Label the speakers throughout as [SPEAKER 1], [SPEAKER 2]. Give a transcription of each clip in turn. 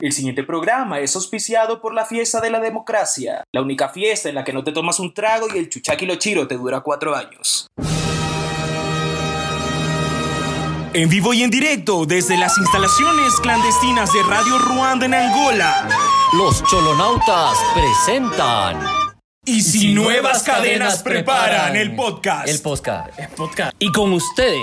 [SPEAKER 1] El siguiente programa es auspiciado por la Fiesta de la Democracia, la única fiesta en la que no te tomas un trago y el chuchaqui lo chiro te dura cuatro años.
[SPEAKER 2] En vivo y en directo desde las instalaciones clandestinas de Radio Ruanda en Angola.
[SPEAKER 3] Los Cholonautas presentan
[SPEAKER 2] Y si, nuevas cadenas preparan el podcast.
[SPEAKER 3] El podcast.
[SPEAKER 4] Podcast. Y con ustedes,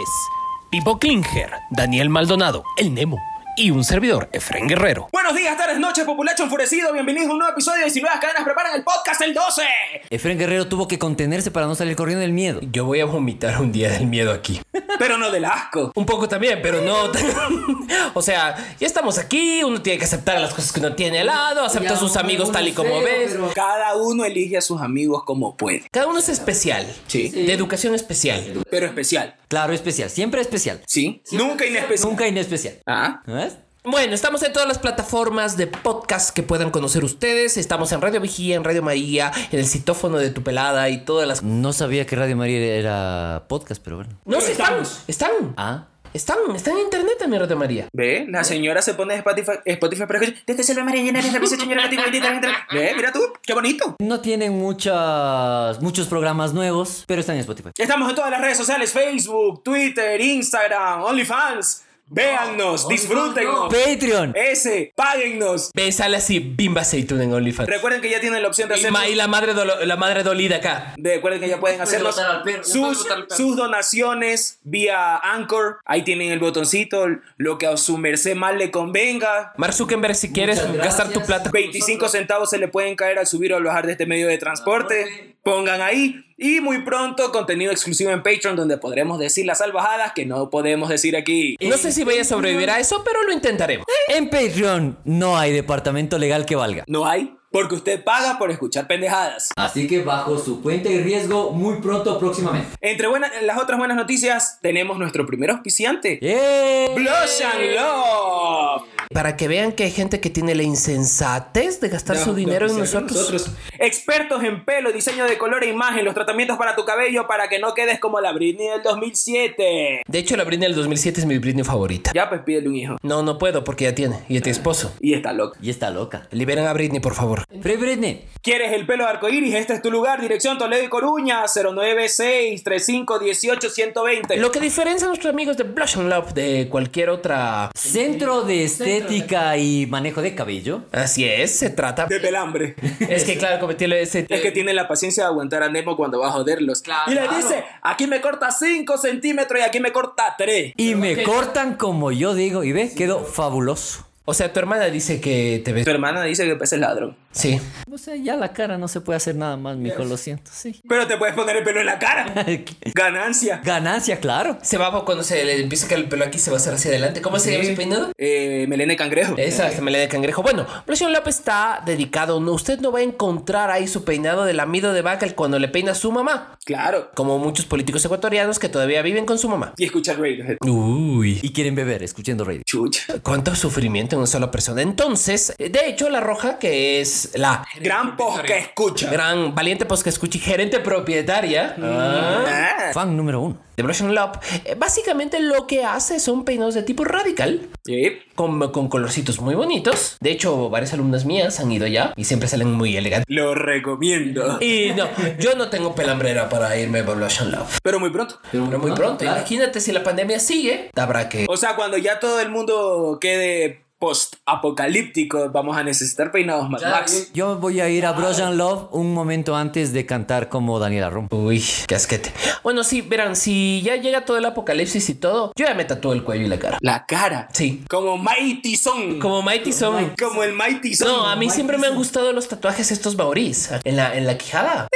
[SPEAKER 4] Pipo Klinger, Daniel Maldonado, el Nemo y un servidor, Efren Guerrero.
[SPEAKER 1] Buenos días, tardes, noches, populacho enfurecido. Bienvenidos a un nuevo episodio de Si Nuevas Cadenas Preparan el Podcast el 12.
[SPEAKER 3] Efren Guerrero tuvo que contenerse para no salir corriendo del miedo.
[SPEAKER 4] Yo voy a vomitar un día del miedo aquí.
[SPEAKER 1] Pero no del asco.
[SPEAKER 4] Un poco también, pero no. tan- o sea, ya estamos aquí, uno tiene que aceptar las cosas que uno tiene al lado, acepta a sus amigos tal y como ves.
[SPEAKER 1] Cada uno elige a sus amigos como puede.
[SPEAKER 4] Cada uno es especial.
[SPEAKER 1] Sí.
[SPEAKER 4] De educación especial.
[SPEAKER 1] Pero especial.
[SPEAKER 3] Claro, especial. Siempre especial.
[SPEAKER 1] ¿Sí? Nunca inespecial.
[SPEAKER 3] Nunca inespecial.
[SPEAKER 1] Ah.
[SPEAKER 3] ¿No ves?
[SPEAKER 4] Bueno, estamos en todas las plataformas de podcast que puedan conocer ustedes. Estamos en Radio Vigía, en Radio María, en el citófono de tu pelada y todas las.
[SPEAKER 3] No sabía que Radio María era podcast, pero bueno.
[SPEAKER 4] No, sí, están.
[SPEAKER 1] estamos.
[SPEAKER 4] Están.
[SPEAKER 3] Ah.
[SPEAKER 4] Están. Están en internet también, Radio María.
[SPEAKER 1] ¿Ve? La señora se pone Spotify, Spotify para escuchar. Desde Selva María llena este de la mesa, señora Latina, bendita, bendita. Ve, mira tú, qué bonito.
[SPEAKER 3] No tienen muchas, muchos programas nuevos, pero están en Spotify.
[SPEAKER 1] Estamos en todas las redes sociales, Facebook, Twitter, Instagram, OnlyFans. Véannos, disfrútennos.
[SPEAKER 3] Patreon.
[SPEAKER 1] Ese, páguennos.
[SPEAKER 4] Besale así, bimba aceituna en OnlyFans.
[SPEAKER 1] Recuerden que ya tienen la opción de
[SPEAKER 4] Y,
[SPEAKER 1] hacer.
[SPEAKER 4] ma- y la, madre dolo- la madre dolida acá.
[SPEAKER 1] de- Recuerden que ya pueden hacer
[SPEAKER 3] botar al perro, ya puedes
[SPEAKER 1] sus,
[SPEAKER 3] botar al perro.
[SPEAKER 1] sus donaciones vía Anchor. Ahí tienen el botoncito, lo que a su merced más le convenga.
[SPEAKER 4] Mark Zuckerberg, si quieres gastar tu plata.
[SPEAKER 1] 25 centavos se le pueden caer al subir o al bajar de este medio de transporte. Pongan ahí. Y muy pronto contenido exclusivo en Patreon donde podremos decir las salvajadas que no podemos decir aquí.
[SPEAKER 4] No sé si voy a sobrevivir a eso, pero lo intentaremos.
[SPEAKER 3] En Patreon no hay departamento legal que valga.
[SPEAKER 1] No hay, porque usted paga por escuchar pendejadas.
[SPEAKER 3] Así que bajo su cuenta y riesgo muy pronto próximamente.
[SPEAKER 1] Entre buenas- las otras buenas noticias, tenemos nuestro primer auspiciante.
[SPEAKER 3] ¡Eh!
[SPEAKER 1] Blush and Love.
[SPEAKER 4] Para que vean que hay gente que tiene la insensatez de gastar su dinero en
[SPEAKER 1] pues,
[SPEAKER 4] nosotros.
[SPEAKER 1] Expertos en pelo, diseño de color e imagen, los tratamientos para tu cabello para que no quedes como la Britney del 2007.
[SPEAKER 4] De hecho, la Britney del 2007 es mi Britney favorita.
[SPEAKER 1] Ya pues pídele un hijo.
[SPEAKER 4] No, no puedo porque ya tiene. Y ya tiene esposo.
[SPEAKER 1] Y está loca.
[SPEAKER 3] Y está loca.
[SPEAKER 4] Liberen a Britney, por favor.
[SPEAKER 3] Free Britney.
[SPEAKER 1] ¿Quieres el pelo de arcoíris? Este es tu lugar. Dirección Toledo y Coruña, 096 35 18 120.
[SPEAKER 4] Lo que diferencia a nuestros amigos de Blush and Love de cualquier otra.
[SPEAKER 3] Centro de estética y manejo de cabello.
[SPEAKER 4] Así es, se trata.
[SPEAKER 1] de pelambre.
[SPEAKER 4] Es que, claro, cometí ese.
[SPEAKER 1] Es que tiene la paciencia de aguantar a Nemo cuando va a joderlos.
[SPEAKER 3] Claro.
[SPEAKER 1] Y le dice, aquí me corta 5 centímetros y aquí me corta 3.
[SPEAKER 3] Y me cortan como yo digo. Y ves, quedó fabuloso.
[SPEAKER 4] O sea, tu hermana dice que te ves.
[SPEAKER 1] Tu hermana dice que pese el ladrón.
[SPEAKER 4] Sí.
[SPEAKER 3] O sea, ya la cara no se puede hacer nada más, mijo. Lo siento, sí.
[SPEAKER 1] Pero te puedes poner el pelo en la cara. Ganancia.
[SPEAKER 3] Ganancia, claro.
[SPEAKER 4] Se va cuando se le empieza a caer el pelo aquí, se va a hacer hacia adelante. ¿Cómo se llama ese peinado?
[SPEAKER 1] Eh, melena de cangrejo.
[SPEAKER 4] Esa es melena de cangrejo. Bueno, Blasión López está dedicado. No, usted no va a encontrar ahí su peinado de lamido de vaca cuando le peina su mamá.
[SPEAKER 1] Claro.
[SPEAKER 4] Como muchos políticos ecuatorianos que todavía viven con su mamá.
[SPEAKER 1] Y escucha Radiohead.
[SPEAKER 4] Uy.
[SPEAKER 3] Y quieren beber, escuchando radio.
[SPEAKER 1] Chucha.
[SPEAKER 4] Cuánto sufrimiento en una sola persona. Entonces, de hecho, la roja, que es la
[SPEAKER 1] Gran post que escucha.
[SPEAKER 4] gran valiente post que escuché, gerente propietaria.
[SPEAKER 1] Ah.
[SPEAKER 3] Fan número uno.
[SPEAKER 4] de Brush and Love. eh, Básicamente lo que hace son peinados de tipo radical.
[SPEAKER 1] Sí.
[SPEAKER 4] Con, con colorcitos muy bonitos. De hecho, varias alumnas mías han ido ya y siempre salen muy elegantes.
[SPEAKER 1] Lo recomiendo.
[SPEAKER 4] Y no, yo no tengo pelambrera para irme por Blush and Love.
[SPEAKER 1] Pero muy pronto.
[SPEAKER 4] Pero muy pronto, imagínate si la pandemia sigue, habrá que.
[SPEAKER 1] O sea, cuando ya todo el mundo quede post-apocalíptico, vamos a necesitar peinados Mad Max.
[SPEAKER 3] Yo voy a ir a Brojan Love un momento antes de cantar como Daniela Rum.
[SPEAKER 4] Uy, qué asquete. Bueno, sí, verán, si ya llega todo el apocalipsis y todo, yo ya me tatúo el cuello y la cara.
[SPEAKER 1] La cara.
[SPEAKER 4] Sí.
[SPEAKER 1] Como Mighty Song. Como,
[SPEAKER 4] Como Mighty Son.
[SPEAKER 1] el Mighty Song.
[SPEAKER 4] No, a mí siempre me han gustado los tatuajes estos maorís. En la, en la quijada.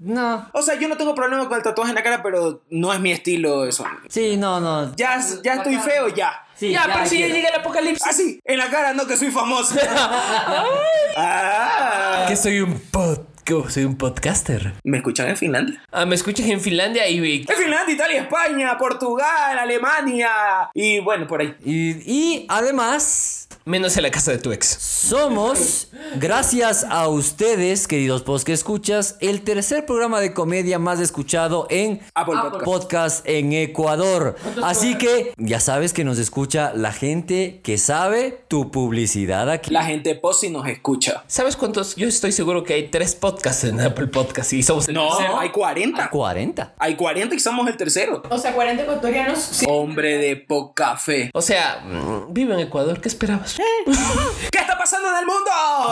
[SPEAKER 3] No.
[SPEAKER 1] O sea, yo no tengo problema con el tatuaje en la cara, pero no es mi estilo eso.
[SPEAKER 3] Sí, no, no.
[SPEAKER 1] Ya, ya estoy feo, ya.
[SPEAKER 3] Sí,
[SPEAKER 4] ya, pero si ya
[SPEAKER 3] quiero.
[SPEAKER 4] llega el apocalipsis.
[SPEAKER 1] Así, en la cara, no que soy famoso. Ah.
[SPEAKER 4] Que soy un pod... ¿Cómo? Soy un podcaster.
[SPEAKER 1] ¿Me escuchan en Finlandia?
[SPEAKER 4] Ah, me escuchas en Finlandia y- y...
[SPEAKER 1] En Finlandia, Italia, España, Portugal, Alemania. Y bueno, por ahí.
[SPEAKER 3] Y, y además,
[SPEAKER 4] menos en la casa de tu ex.
[SPEAKER 3] Somos, gracias a ustedes, queridos post que escuchas, el tercer programa de comedia más escuchado en
[SPEAKER 1] Apple Podcast.
[SPEAKER 3] en Ecuador. Así que ya sabes que nos escucha la gente que sabe tu publicidad aquí.
[SPEAKER 1] La gente posi nos escucha.
[SPEAKER 4] ¿Sabes cuántos? Yo estoy seguro que hay tres podcasts en Apple Podcast y somos el tercero.
[SPEAKER 1] No, hay 40.
[SPEAKER 3] 40.
[SPEAKER 1] Hay 40 y somos el tercero.
[SPEAKER 5] O sea, 40 ecuatorianos. sí.
[SPEAKER 1] Hombre de poca fe.
[SPEAKER 4] O sea, mm, vivo en Ecuador, ¿qué esperabas?
[SPEAKER 1] ¿Qué está pasando en el mundo?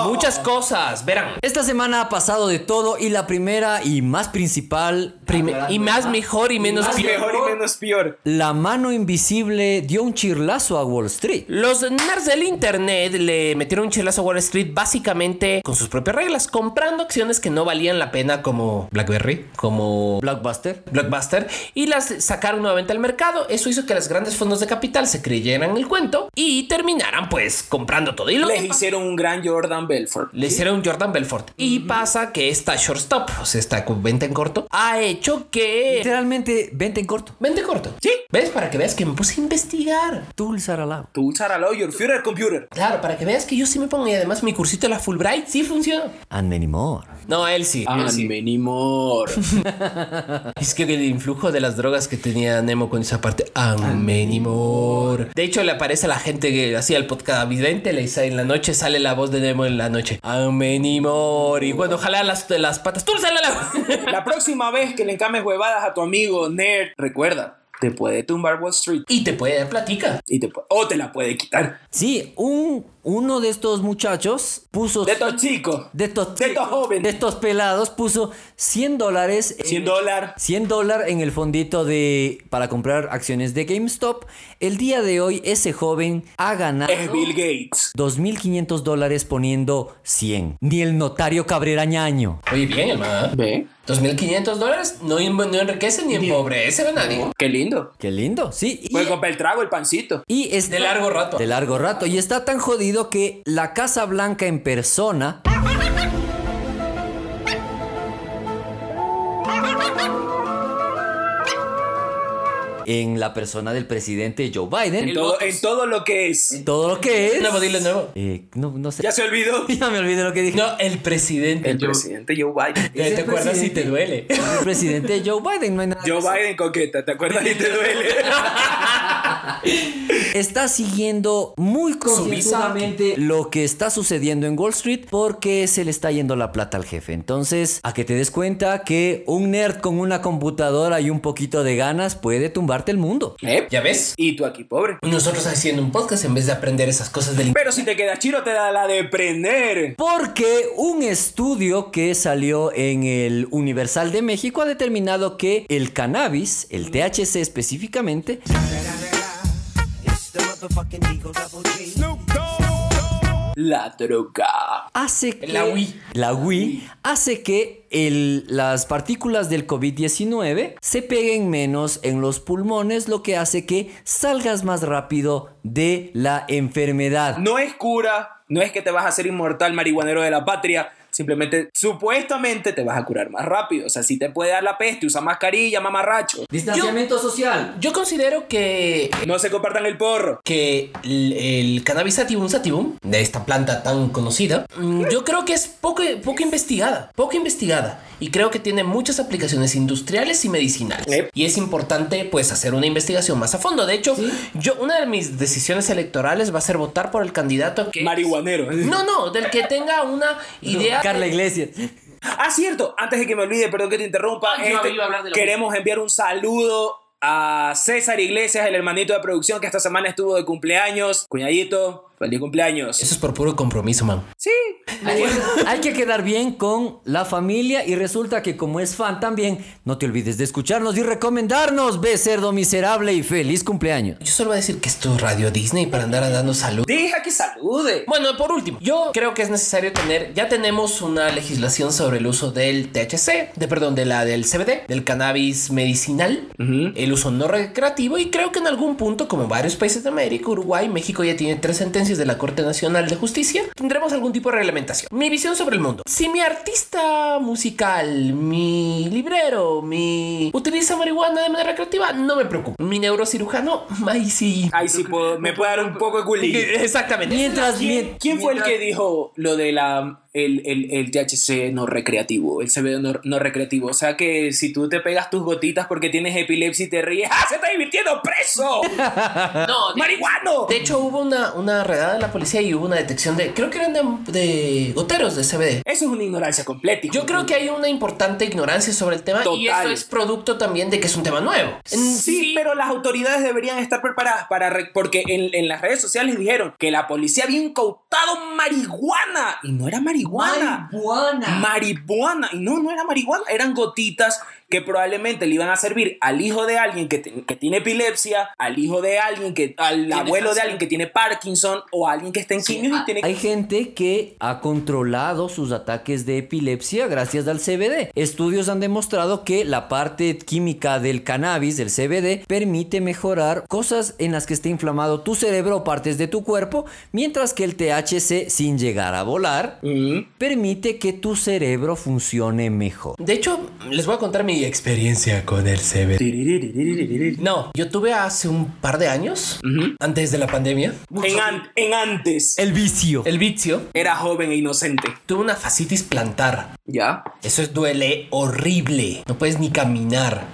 [SPEAKER 4] Muchas cosas, verán.
[SPEAKER 3] Esta semana ha pasado de todo y la primera y más principal,
[SPEAKER 4] Prime- y más mejor y menos
[SPEAKER 1] Más
[SPEAKER 4] peor.
[SPEAKER 1] mejor y menos peor.
[SPEAKER 3] la mano invisible dio un chirlazo a Wall Street.
[SPEAKER 4] Los nerds del internet le metieron un chelazo a Wall Street básicamente con sus propias reglas, comprando acciones que no valían la pena como BlackBerry, como
[SPEAKER 3] Blockbuster.
[SPEAKER 4] Blockbuster y las sacaron nuevamente al mercado. Eso hizo que los grandes fondos de capital se creyeran el cuento y terminaran pues comprando todo. Y lo
[SPEAKER 1] Les
[SPEAKER 4] que pasa-
[SPEAKER 1] hicieron un gran Jordan Belfort.
[SPEAKER 4] le hicieron Jordan Belfort. Y pasa que esta shortstop, o sea, esta cu- venta en corto, ha hecho que...
[SPEAKER 3] Literalmente, vente en corto.
[SPEAKER 4] Venta en corto. Sí. ¿Ves? Para que veas que me puse a investigar.
[SPEAKER 3] Tú, Saralao.
[SPEAKER 1] Tú usaralo, your Führer computer.
[SPEAKER 4] Claro, para que veas que yo sí me pongo y además mi cursito de la Fulbright sí funcionó.
[SPEAKER 3] And many more.
[SPEAKER 4] No, él sí.
[SPEAKER 1] Ah.
[SPEAKER 4] él sí.
[SPEAKER 1] Anmenimor.
[SPEAKER 4] Es que el influjo de las drogas que tenía Nemo con esa parte. ah, Amenimor. De hecho, le aparece a la gente que hacía el podcast vidente. Le dice en la noche, sale la voz de Nemo en la noche. Ah, Amenimor. Y bueno, ojalá las, las patas. ¡Tú sale la
[SPEAKER 1] La próxima vez que le encames huevadas a tu amigo nerd, recuerda, te puede tumbar Wall Street
[SPEAKER 4] Y te puede dar platica.
[SPEAKER 1] y te pu- o te la puede quitar.
[SPEAKER 3] Sí, un, uno de estos muchachos puso...
[SPEAKER 1] De estos chicos,
[SPEAKER 3] de estos,
[SPEAKER 1] de estos jóvenes.
[SPEAKER 3] de estos pelados puso 100 dólares... en-
[SPEAKER 1] 100 dólares.
[SPEAKER 3] 100 dólares en el fondito de para comprar acciones de GameStop. El día de hoy ese joven ha ganado
[SPEAKER 1] Es Bill Gates.
[SPEAKER 3] 2.500 dólares poniendo 100. Ni el notario Cabrera Ñaño.
[SPEAKER 4] Oye, bien, hermano.
[SPEAKER 1] Ve,
[SPEAKER 4] 2.500 dólares. No, en- no enriquece ni empobrece a nadie.
[SPEAKER 1] qué lindo.
[SPEAKER 3] Qué lindo, sí. Y,
[SPEAKER 1] Puede comprar el trago, el pancito.
[SPEAKER 3] y está-
[SPEAKER 4] De largo rato.
[SPEAKER 3] De largo rato. Y está tan jodido que la Casa Blanca en persona en la persona del presidente Joe Biden.
[SPEAKER 1] En todo, en todo lo que es.
[SPEAKER 3] todo lo que es.
[SPEAKER 4] Nuevo, dile nuevo.
[SPEAKER 3] Eh, no, no sé.
[SPEAKER 1] Ya se olvidó.
[SPEAKER 3] Ya me olvidé lo que dije.
[SPEAKER 4] No, el presidente.
[SPEAKER 1] El
[SPEAKER 4] Joe.
[SPEAKER 1] presidente Joe Biden.
[SPEAKER 4] ¿Te,
[SPEAKER 3] Ese
[SPEAKER 4] te acuerdas si
[SPEAKER 3] presidente.
[SPEAKER 4] te duele?
[SPEAKER 3] El presidente Joe Biden, no hay nada. que
[SPEAKER 1] Joe
[SPEAKER 3] hacer.
[SPEAKER 1] Biden coqueta, ¿te acuerdas? Y te duele.
[SPEAKER 3] Está siguiendo muy concienzudamente lo que está sucediendo en Wall Street porque se le está yendo la plata al jefe. Entonces, a que te des cuenta que un nerd con una computadora y un poquito de ganas puede tumbarte el mundo.
[SPEAKER 1] ¿Eh?
[SPEAKER 4] ¿Ya ves?
[SPEAKER 1] Y tú aquí, pobre.
[SPEAKER 4] Nosotros haciendo un podcast en vez de aprender esas cosas del
[SPEAKER 1] Pero si te quedas chiro, te da la de prender.
[SPEAKER 3] Porque un estudio que salió en el Universal de México ha determinado que el cannabis, el THC específicamente,
[SPEAKER 1] La droga.
[SPEAKER 3] hace que
[SPEAKER 4] La Wii.
[SPEAKER 3] la Wii hace que el- las partículas del COVID-19 se peguen menos en los pulmones, lo que hace que salgas más rápido de la enfermedad.
[SPEAKER 1] No es cura, no es que te vas a hacer inmortal marihuanero de la patria. Simplemente, supuestamente, te vas a curar más rápido. O sea, si te puede dar la peste, usa mascarilla, mamarracho.
[SPEAKER 3] Distanciamiento social.
[SPEAKER 4] Yo considero que
[SPEAKER 1] No se compartan el porro.
[SPEAKER 4] que el, el cannabis sativum sativum de esta planta tan conocida, mm, yo creo que es poco poco investigada, poco investigada y creo que tiene muchas aplicaciones industriales y medicinales.
[SPEAKER 1] Yep.
[SPEAKER 4] Y es importante pues hacer una investigación más a fondo. De hecho, yo una de mis decisiones electorales va a ser votar por el candidato que
[SPEAKER 1] Marihuanero.
[SPEAKER 4] No, no, del que tenga una idea
[SPEAKER 3] Carla Iglesias.
[SPEAKER 1] Ah, cierto. Antes de que me olvide, perdón que te interrumpa.
[SPEAKER 4] Ah, yo
[SPEAKER 1] este,
[SPEAKER 4] iba a hablar de lo
[SPEAKER 1] queremos enviar un saludo a César Iglesias, el hermanito de producción que esta semana estuvo de cumpleaños. Cuñadito, feliz cumpleaños.
[SPEAKER 4] Eso es por puro compromiso, man.
[SPEAKER 1] Sí.
[SPEAKER 3] Hay que quedar bien con la familia y resulta que como es fan también, no te olvides de escucharnos y recomendarnos, ve cerdo miserable y feliz cumpleaños.
[SPEAKER 4] Yo solo voy a decir que esto es Radio Disney para andar dando salud.
[SPEAKER 1] Deja que salude.
[SPEAKER 4] Bueno, por último, yo creo que es necesario tener, ya tenemos una legislación sobre el uso del THC, de perdón, de la del CBD, del cannabis medicinal, el uso no recreativo y creo que en algún punto, como varios países de América, Uruguay, México ya tiene tres sentencias de la Corte Nacional de Justicia, tendremos algún tipo de argumentación. Mi visión sobre el mundo. Si mi artista musical, mi librero, mi... utiliza marihuana de manera creativa, no me preocupo. Mi neurocirujano, ahí sí.
[SPEAKER 1] Ahí sí puedo- me puede dar un poco de culillo.
[SPEAKER 4] Exactamente.
[SPEAKER 3] Mientras,
[SPEAKER 1] ¿Quién,
[SPEAKER 3] mien-
[SPEAKER 1] quién fue el que dijo lo de la el, el, el THC no recreativo, el CBD no, no recreativo? O sea que si tú te pegas tus gotitas porque tienes epilepsia y te ríes, ¡ah, se está divirtiendo preso!
[SPEAKER 4] No, de-
[SPEAKER 1] ¡Marihuano!
[SPEAKER 4] De hecho, hubo una, una redada de la policía y hubo una detección de. Creo que eran de, de goteros de CBD.
[SPEAKER 1] Eso es una ignorancia completa. hijo
[SPEAKER 4] Yo
[SPEAKER 1] de
[SPEAKER 4] creo
[SPEAKER 1] puta.
[SPEAKER 4] que hay una importante ignorancia sobre el tema y
[SPEAKER 1] Total.
[SPEAKER 4] esto es producto también de que es un tema nuevo. En-
[SPEAKER 1] Sí, pero las autoridades deberían estar preparadas para... re- porque en, en las redes sociales dijeron que la policía había incautado marihuana. Y no era marihuana.
[SPEAKER 5] Marihuana.
[SPEAKER 1] marihuana. Y no, no era marihuana, eran gotitas que probablemente le iban a servir al hijo de alguien que, te- que tiene epilepsia, al hijo de alguien que, al abuelo de
[SPEAKER 4] cáncer.
[SPEAKER 1] alguien que tiene Parkinson o a alguien que está en quimios y tiene
[SPEAKER 3] Hay gente que ha controlado sus ataques de epilepsia gracias al CBD. Estudios han demostrado que la parte química del cannabis, del CBD, permite mejorar cosas en las que esté inflamado tu cerebro o partes de tu cuerpo, mientras que el THC, sin llegar a volar,
[SPEAKER 1] Mm.
[SPEAKER 3] permite que tu cerebro funcione mejor.
[SPEAKER 4] De hecho, les voy a contar mi experiencia con el CBD. No, yo tuve hace un par de años, antes de la pandemia,
[SPEAKER 1] En, an- en antes
[SPEAKER 3] El vicio.
[SPEAKER 4] el vicio.
[SPEAKER 1] era joven e inocente.
[SPEAKER 4] Tuve una fascitis plantar.
[SPEAKER 1] ¿Ya?
[SPEAKER 4] Eso es duele horrible. No puedes ni caminar.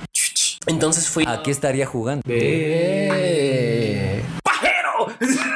[SPEAKER 4] Entonces fui.
[SPEAKER 3] ¿A qué estaría jugando?
[SPEAKER 4] Eh,
[SPEAKER 1] ¡Pajero!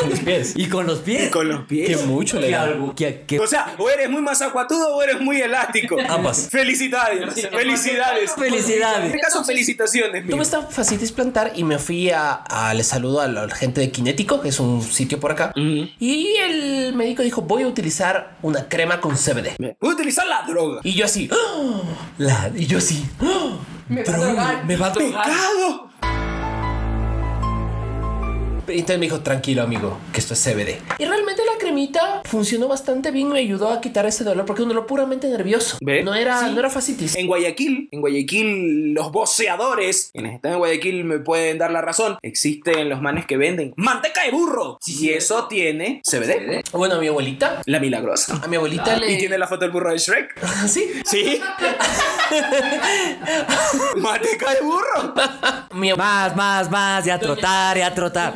[SPEAKER 4] Con los pies.
[SPEAKER 3] Y con los pies.
[SPEAKER 1] Con los pies.
[SPEAKER 4] Que mucho le da.
[SPEAKER 3] Que- que-
[SPEAKER 1] O sea, o eres muy mazacuatudo o eres muy elástico.
[SPEAKER 4] Ambas.
[SPEAKER 1] Felicidades. Felicidades. En
[SPEAKER 3] Felicidades.
[SPEAKER 1] este caso, felicitaciones. mijo.
[SPEAKER 4] Tuve esta fascitis plantar y me fui a, a les saludo a la gente de Kinético, que es un sitio por acá. Y el médico dijo, voy a utilizar una crema con CBD.
[SPEAKER 1] Voy a utilizar la droga.
[SPEAKER 4] Y yo así, "Ah", la, y yo así, "Ah,
[SPEAKER 5] Me va a
[SPEAKER 4] droga,
[SPEAKER 5] drogar.
[SPEAKER 4] me va a drogar".
[SPEAKER 1] ¡Pecado!
[SPEAKER 4] Y entonces me dijo, tranquilo amigo, que esto es CBD. Y realmente la cremita funcionó bastante bien, me ayudó a quitar ese dolor porque es un dolor puramente nervioso.
[SPEAKER 1] ¿Ve?
[SPEAKER 4] No era, no era fascitis.
[SPEAKER 1] En Guayaquil, en Guayaquil, los boceadores, quienes están en Guayaquil me pueden dar la razón, existen los manes que venden manteca de burro. y eso tiene CBD,
[SPEAKER 4] Bueno, a mi abuelita,
[SPEAKER 1] la milagrosa.
[SPEAKER 4] a mi abuelita le...
[SPEAKER 1] Ah, ¿Y tiene la foto del burro de Shrek?
[SPEAKER 4] Sí.
[SPEAKER 1] ¿Sí? ¡Manteca de burro! Ah,
[SPEAKER 4] Mi ab-
[SPEAKER 3] Más, más, más. Y a trotar, y a trotar.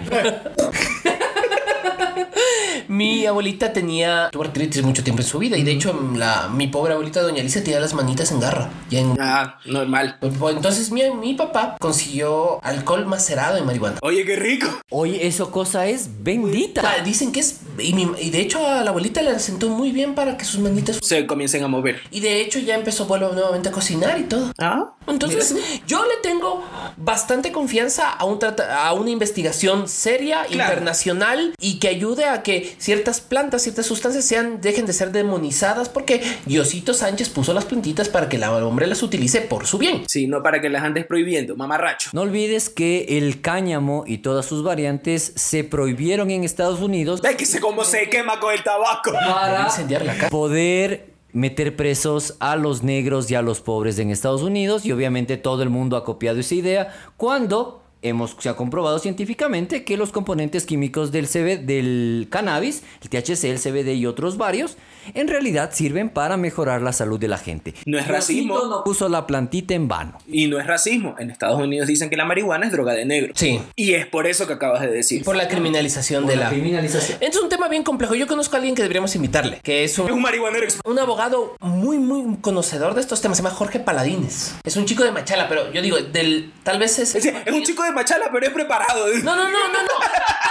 [SPEAKER 4] Mi abuelita tenía tuvo artritis mucho tiempo en su vida y de hecho la, mi pobre abuelita doña Lisa tenía las manitas en garra. Y en-
[SPEAKER 1] Ah, normal.
[SPEAKER 4] Entonces mi, mi papá consiguió alcohol macerado en marihuana.
[SPEAKER 1] Oye, qué rico.
[SPEAKER 3] Oye, eso cosa es
[SPEAKER 4] O sea,
[SPEAKER 3] bendita.
[SPEAKER 4] dicen que es... Y, mi- y de hecho a la abuelita le sentó muy bien para que sus manitas...
[SPEAKER 1] Se comiencen a mover.
[SPEAKER 4] Y de hecho ya empezó vuelvo nuevamente a cocinar y todo.
[SPEAKER 1] ¿Ah?
[SPEAKER 4] Entonces yo le tengo bastante confianza a, un trata- a una investigación seria,
[SPEAKER 1] Claro.
[SPEAKER 4] internacional y que ayude a que ciertas plantas, ciertas sustancias sean, dejen de ser demonizadas porque Diosito Sánchez puso las plantitas para que el hombre las utilice por su bien.
[SPEAKER 1] Sí, no para que las andes prohibiendo, mamarracho.
[SPEAKER 3] No olvides que el cáñamo y todas sus variantes se prohibieron en Estados Unidos
[SPEAKER 1] Ve que sé cómo se quema con el tabaco.
[SPEAKER 4] Para
[SPEAKER 5] Para
[SPEAKER 4] incendiar la casa.
[SPEAKER 3] poder meter presos a los negros y a los pobres en Estados Unidos y obviamente todo el mundo ha copiado esa idea cuando hemos se ha comprobado científicamente que los componentes químicos del CB del cannabis, el THC, el CBD y otros varios en realidad sirven para mejorar la salud de la gente.
[SPEAKER 1] No es
[SPEAKER 5] Racito
[SPEAKER 1] racismo.
[SPEAKER 5] no.
[SPEAKER 3] Puso la plantita en vano.
[SPEAKER 1] Y no es racismo. En Estados Unidos dicen que la marihuana es droga de negro.
[SPEAKER 4] Sí.
[SPEAKER 1] Y es por eso que acabas de decir.
[SPEAKER 4] Por la criminalización de la...
[SPEAKER 3] criminalización.
[SPEAKER 4] Es un tema bien complejo. Yo conozco a alguien que deberíamos invitarle, que es
[SPEAKER 1] Es
[SPEAKER 4] un...
[SPEAKER 1] un marihuanero exp-
[SPEAKER 4] un abogado muy, muy conocedor de estos temas. Se llama Jorge Paladines. Es un chico de Machala, pero yo digo, del tal vez es.
[SPEAKER 1] Es, es un chico de machala, pero es preparado.
[SPEAKER 4] No, no, no, no, no.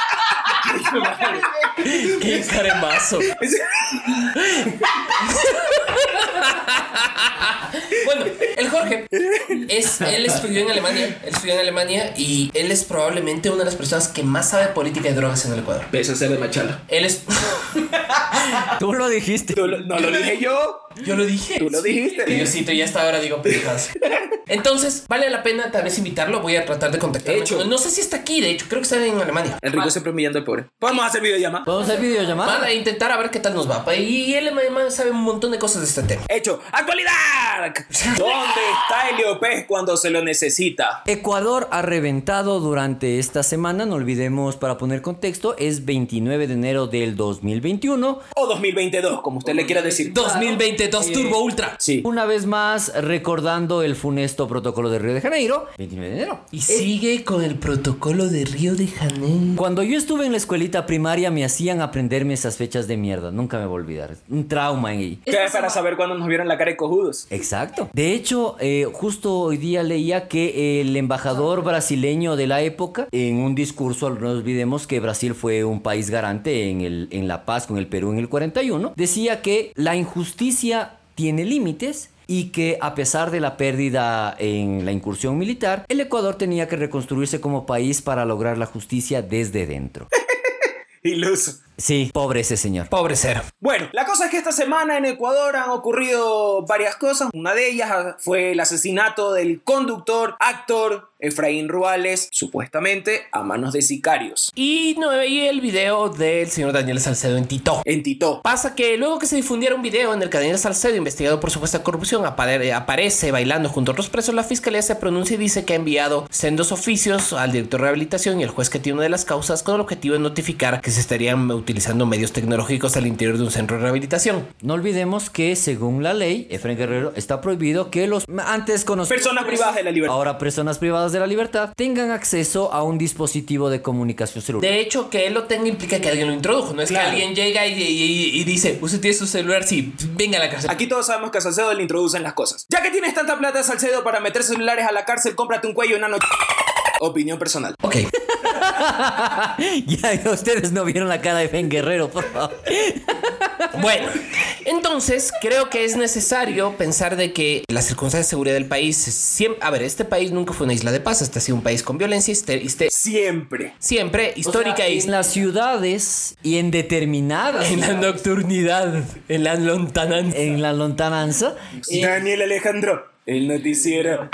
[SPEAKER 4] Qué caremazo.
[SPEAKER 1] Es-
[SPEAKER 4] Bueno, el Jorge es, él estudió en Alemania, él estudió en Alemania y él es probablemente una de las personas que más sabe política de drogas en el Ecuador.
[SPEAKER 1] Beso ser de machala.
[SPEAKER 4] Él es,
[SPEAKER 3] Tú lo dijiste.
[SPEAKER 1] Tú lo- no lo dije yo.
[SPEAKER 4] yo lo dije.
[SPEAKER 1] Tú lo dijiste.
[SPEAKER 4] Diosito, ya hasta ahora digo pendejadas. Entonces, vale la pena tal vez invitarlo. Voy a tratar de contactarlo.
[SPEAKER 1] Hecho.
[SPEAKER 4] No sé si está aquí, de hecho, creo que está en Alemania.
[SPEAKER 1] El rico siempre humillando al pobre. Vamos a hacer videollamada.
[SPEAKER 3] ¿Podemos hacer
[SPEAKER 4] Van
[SPEAKER 3] videollamada?
[SPEAKER 4] a intentar a ver qué tal nos va. pa- Y él además sabe un montón de cosas de este tema.
[SPEAKER 1] Hecho. ¡Actualidad! ¿Dónde está Helio Pez cuando se lo necesita?
[SPEAKER 3] Ecuador ha reventado durante esta semana, no olvidemos para poner contexto, es 29 de enero del 2021.
[SPEAKER 1] O 2022, como usted le quiera decir.
[SPEAKER 4] 2022 Turbo Ultra.
[SPEAKER 1] Sí.
[SPEAKER 3] Una vez más, recordando el funesto protocolo de Río de Janeiro, 29 de enero.
[SPEAKER 4] Y sigue con el protocolo de Río de Janeiro.
[SPEAKER 3] Cuando yo estuve en la escuelita primaria, me hacían aprenderme esas fechas de mierda. Nunca me voy a olvidar. Un trauma en ahí.
[SPEAKER 1] Que es para saber cuándo nos vieron la cara de cojudos.
[SPEAKER 3] Exacto. De hecho, eh, justo hoy día leía que el embajador brasileño de la época, en un discurso, no olvidemos que Brasil fue un país garante en, el, en la paz con el Perú en el 41, decía que la injusticia tiene límites. Y que a pesar de la pérdida en la incursión militar, el Ecuador tenía que reconstruirse como país para lograr la justicia desde dentro.
[SPEAKER 1] Iluso.
[SPEAKER 3] Sí, pobre ese señor.
[SPEAKER 4] Pobre cero.
[SPEAKER 1] Bueno, la cosa es que esta semana en Ecuador han ocurrido varias cosas. Una de ellas fue el asesinato del conductor, actor Efraín Ruales, supuestamente a manos de sicarios.
[SPEAKER 4] Y no veía el video del señor Daniel Salcedo en Tito. Eh,
[SPEAKER 1] En Tito.
[SPEAKER 4] Pasa que luego que se difundiera un video en el que Daniel Salcedo, investigado por supuesta corrupción, apare- eh, aparece bailando junto a otros presos, la fiscalía se pronuncia y dice que ha enviado sendos oficios al director de rehabilitación y el juez que tiene una de las causas con el objetivo de notificar que se estarían utilizando medios tecnológicos al interior de un centro de rehabilitación.
[SPEAKER 3] No olvidemos que según la ley, Efraín Guerrero está prohibido que los antes conocidos
[SPEAKER 1] Personas privadas de la libertad.
[SPEAKER 3] ahora personas privadas de la libertad tengan acceso a un dispositivo de comunicación celular.
[SPEAKER 4] De hecho, que él lo tenga implica que alguien lo introdujo. No es
[SPEAKER 1] Claro.
[SPEAKER 4] que alguien llega y, y- y dice, usted tiene su celular, sí, venga a la cárcel.
[SPEAKER 1] Aquí todos sabemos que a Salcedo le introducen las cosas. Ya que tienes tanta plata, Salcedo, para meter celulares a la cárcel, cómprate un cuello enano. Opinión personal.
[SPEAKER 4] Ok.
[SPEAKER 3] ya ustedes no vieron la cara de Efraín Guerrero, por favor.
[SPEAKER 4] Bueno, entonces creo que es necesario pensar de que las circunstancias de seguridad del país, siempre, a ver, este país nunca fue una isla de paz, este ha sido un país con violencia, este- este-
[SPEAKER 1] Siempre.
[SPEAKER 4] siempre histórica
[SPEAKER 3] En
[SPEAKER 4] isla.
[SPEAKER 3] las ciudades y en determinadas
[SPEAKER 4] En la nocturnidad, en la lontananza.
[SPEAKER 3] en la lontananza
[SPEAKER 1] Daniel Alejandro, el noticiero.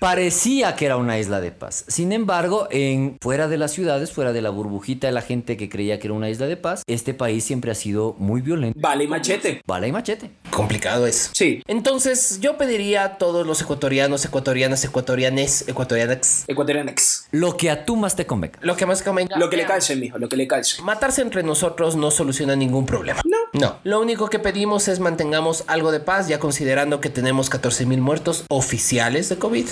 [SPEAKER 3] parecía que era una isla de paz. Sin embargo, en fuera de las ciudades, fuera de la burbujita de la gente que creía que era una isla de paz, este país siempre ha sido muy violento.
[SPEAKER 1] Vale, y machete.
[SPEAKER 3] Bala y machete.
[SPEAKER 4] Complicado eso.
[SPEAKER 1] Sí.
[SPEAKER 4] Entonces, yo pediría a todos los ecuatorianos, ecuatorianas, ecuatorianes, ecuatorianas,
[SPEAKER 1] Ecuatorianex.
[SPEAKER 3] Lo que a tú más te convenga.
[SPEAKER 4] lo que más convenga.
[SPEAKER 1] Lo que le calce, mijo, lo que le calce.
[SPEAKER 4] Matarse entre nosotros no soluciona ningún problema. No. No. Lo único que pedimos es mantengamos algo de paz, ya considerando que tenemos 14 mil muertos oficiales de COVID.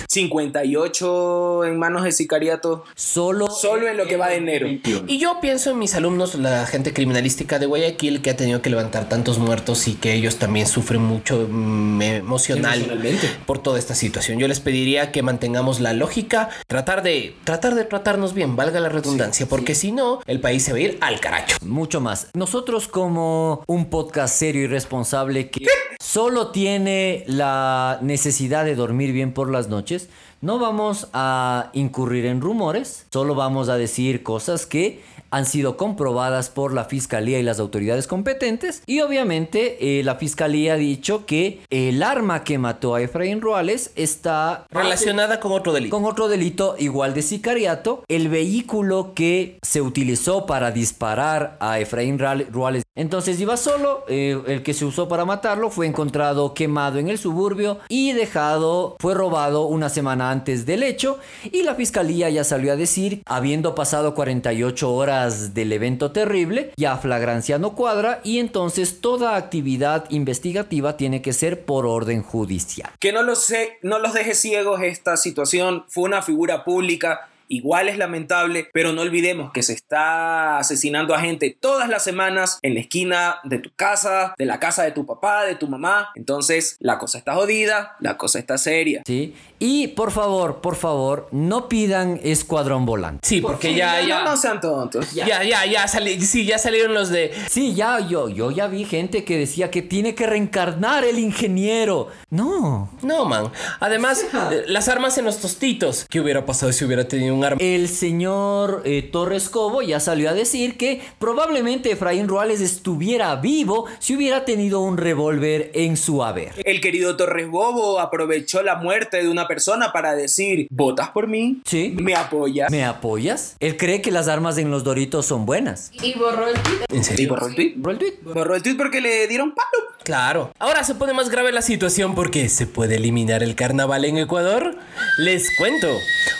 [SPEAKER 1] 58 en manos de sicariato.
[SPEAKER 3] Solo
[SPEAKER 1] Solo en lo que va de enero.
[SPEAKER 4] Y yo pienso en mis alumnos, la gente criminalística de Guayaquil, que ha tenido que levantar tantos muertos y que ellos también sufren mucho mm, emocional
[SPEAKER 1] Emocionalmente.
[SPEAKER 4] por toda esta situación. Yo les pediría que mantengamos la lógica, tratar de, tratar de tratarnos bien, valga la redundancia, porque si no, el país se va a ir al caracho.
[SPEAKER 3] mucho más. Nosotros como un podcast serio y responsable que solo tiene la necesidad de dormir bien por las noches, no vamos a incurrir en rumores, solo vamos a decir cosas que han sido comprobadas por la fiscalía y las autoridades competentes y obviamente eh, la fiscalía ha dicho que el arma que mató a Efraín Ruales está
[SPEAKER 4] Relacionada con otro delito.
[SPEAKER 3] con otro delito igual de sicariato, el vehículo que se utilizó para disparar a Efraín Ral- Ruales. Entonces iba solo, eh, el que se usó para matarlo fue encontrado quemado en el suburbio y dejado, fue robado una semana antes del hecho y la fiscalía ya salió a decir, habiendo pasado 48 horas del evento terrible, ya flagrancia no cuadra y entonces toda actividad investigativa tiene que ser por orden judicial.
[SPEAKER 1] Que no los, sé, no los deje ciegos esta situación. Fue una figura pública. Igual es lamentable, pero no olvidemos que se está asesinando a gente todas las semanas en la esquina de tu casa, de la casa de tu papá, de tu mamá. Entonces, la cosa está jodida, la cosa está seria.
[SPEAKER 3] ¿Sí? Y por favor, por favor, no pidan escuadrón volante.
[SPEAKER 4] Sí, porque ya,
[SPEAKER 1] No, no
[SPEAKER 4] ya,
[SPEAKER 1] sean tontos.
[SPEAKER 4] ya, ya, ya, sali- sí, ya salieron los de...
[SPEAKER 3] Sí, ya yo, yo ya vi gente que decía que tiene que reencarnar el ingeniero. No.
[SPEAKER 4] No, man. Además, eh, las armas en los tostitos. ¿Qué hubiera pasado si hubiera tenido un arma?
[SPEAKER 3] El señor eh, Torres Cobo ya salió a decir que probablemente Efraín Ruales estuviera vivo si hubiera tenido un revólver en su haber.
[SPEAKER 1] El querido Torres Bobo aprovechó la muerte de una persona para decir, ¿votas por mí?
[SPEAKER 3] Sí.
[SPEAKER 1] ¿Me apoyas?
[SPEAKER 3] ¿Me apoyas? Él cree que las armas en los doritos son buenas.
[SPEAKER 5] Y borró el tweet.
[SPEAKER 4] ¿En
[SPEAKER 1] Y
[SPEAKER 4] serio?
[SPEAKER 1] borró el tweet.
[SPEAKER 3] Borró el tuit.
[SPEAKER 1] Borró el tweet porque le dieron palo.
[SPEAKER 4] Claro. Ahora se pone más grave la situación porque se puede eliminar el carnaval en Ecuador. Les cuento.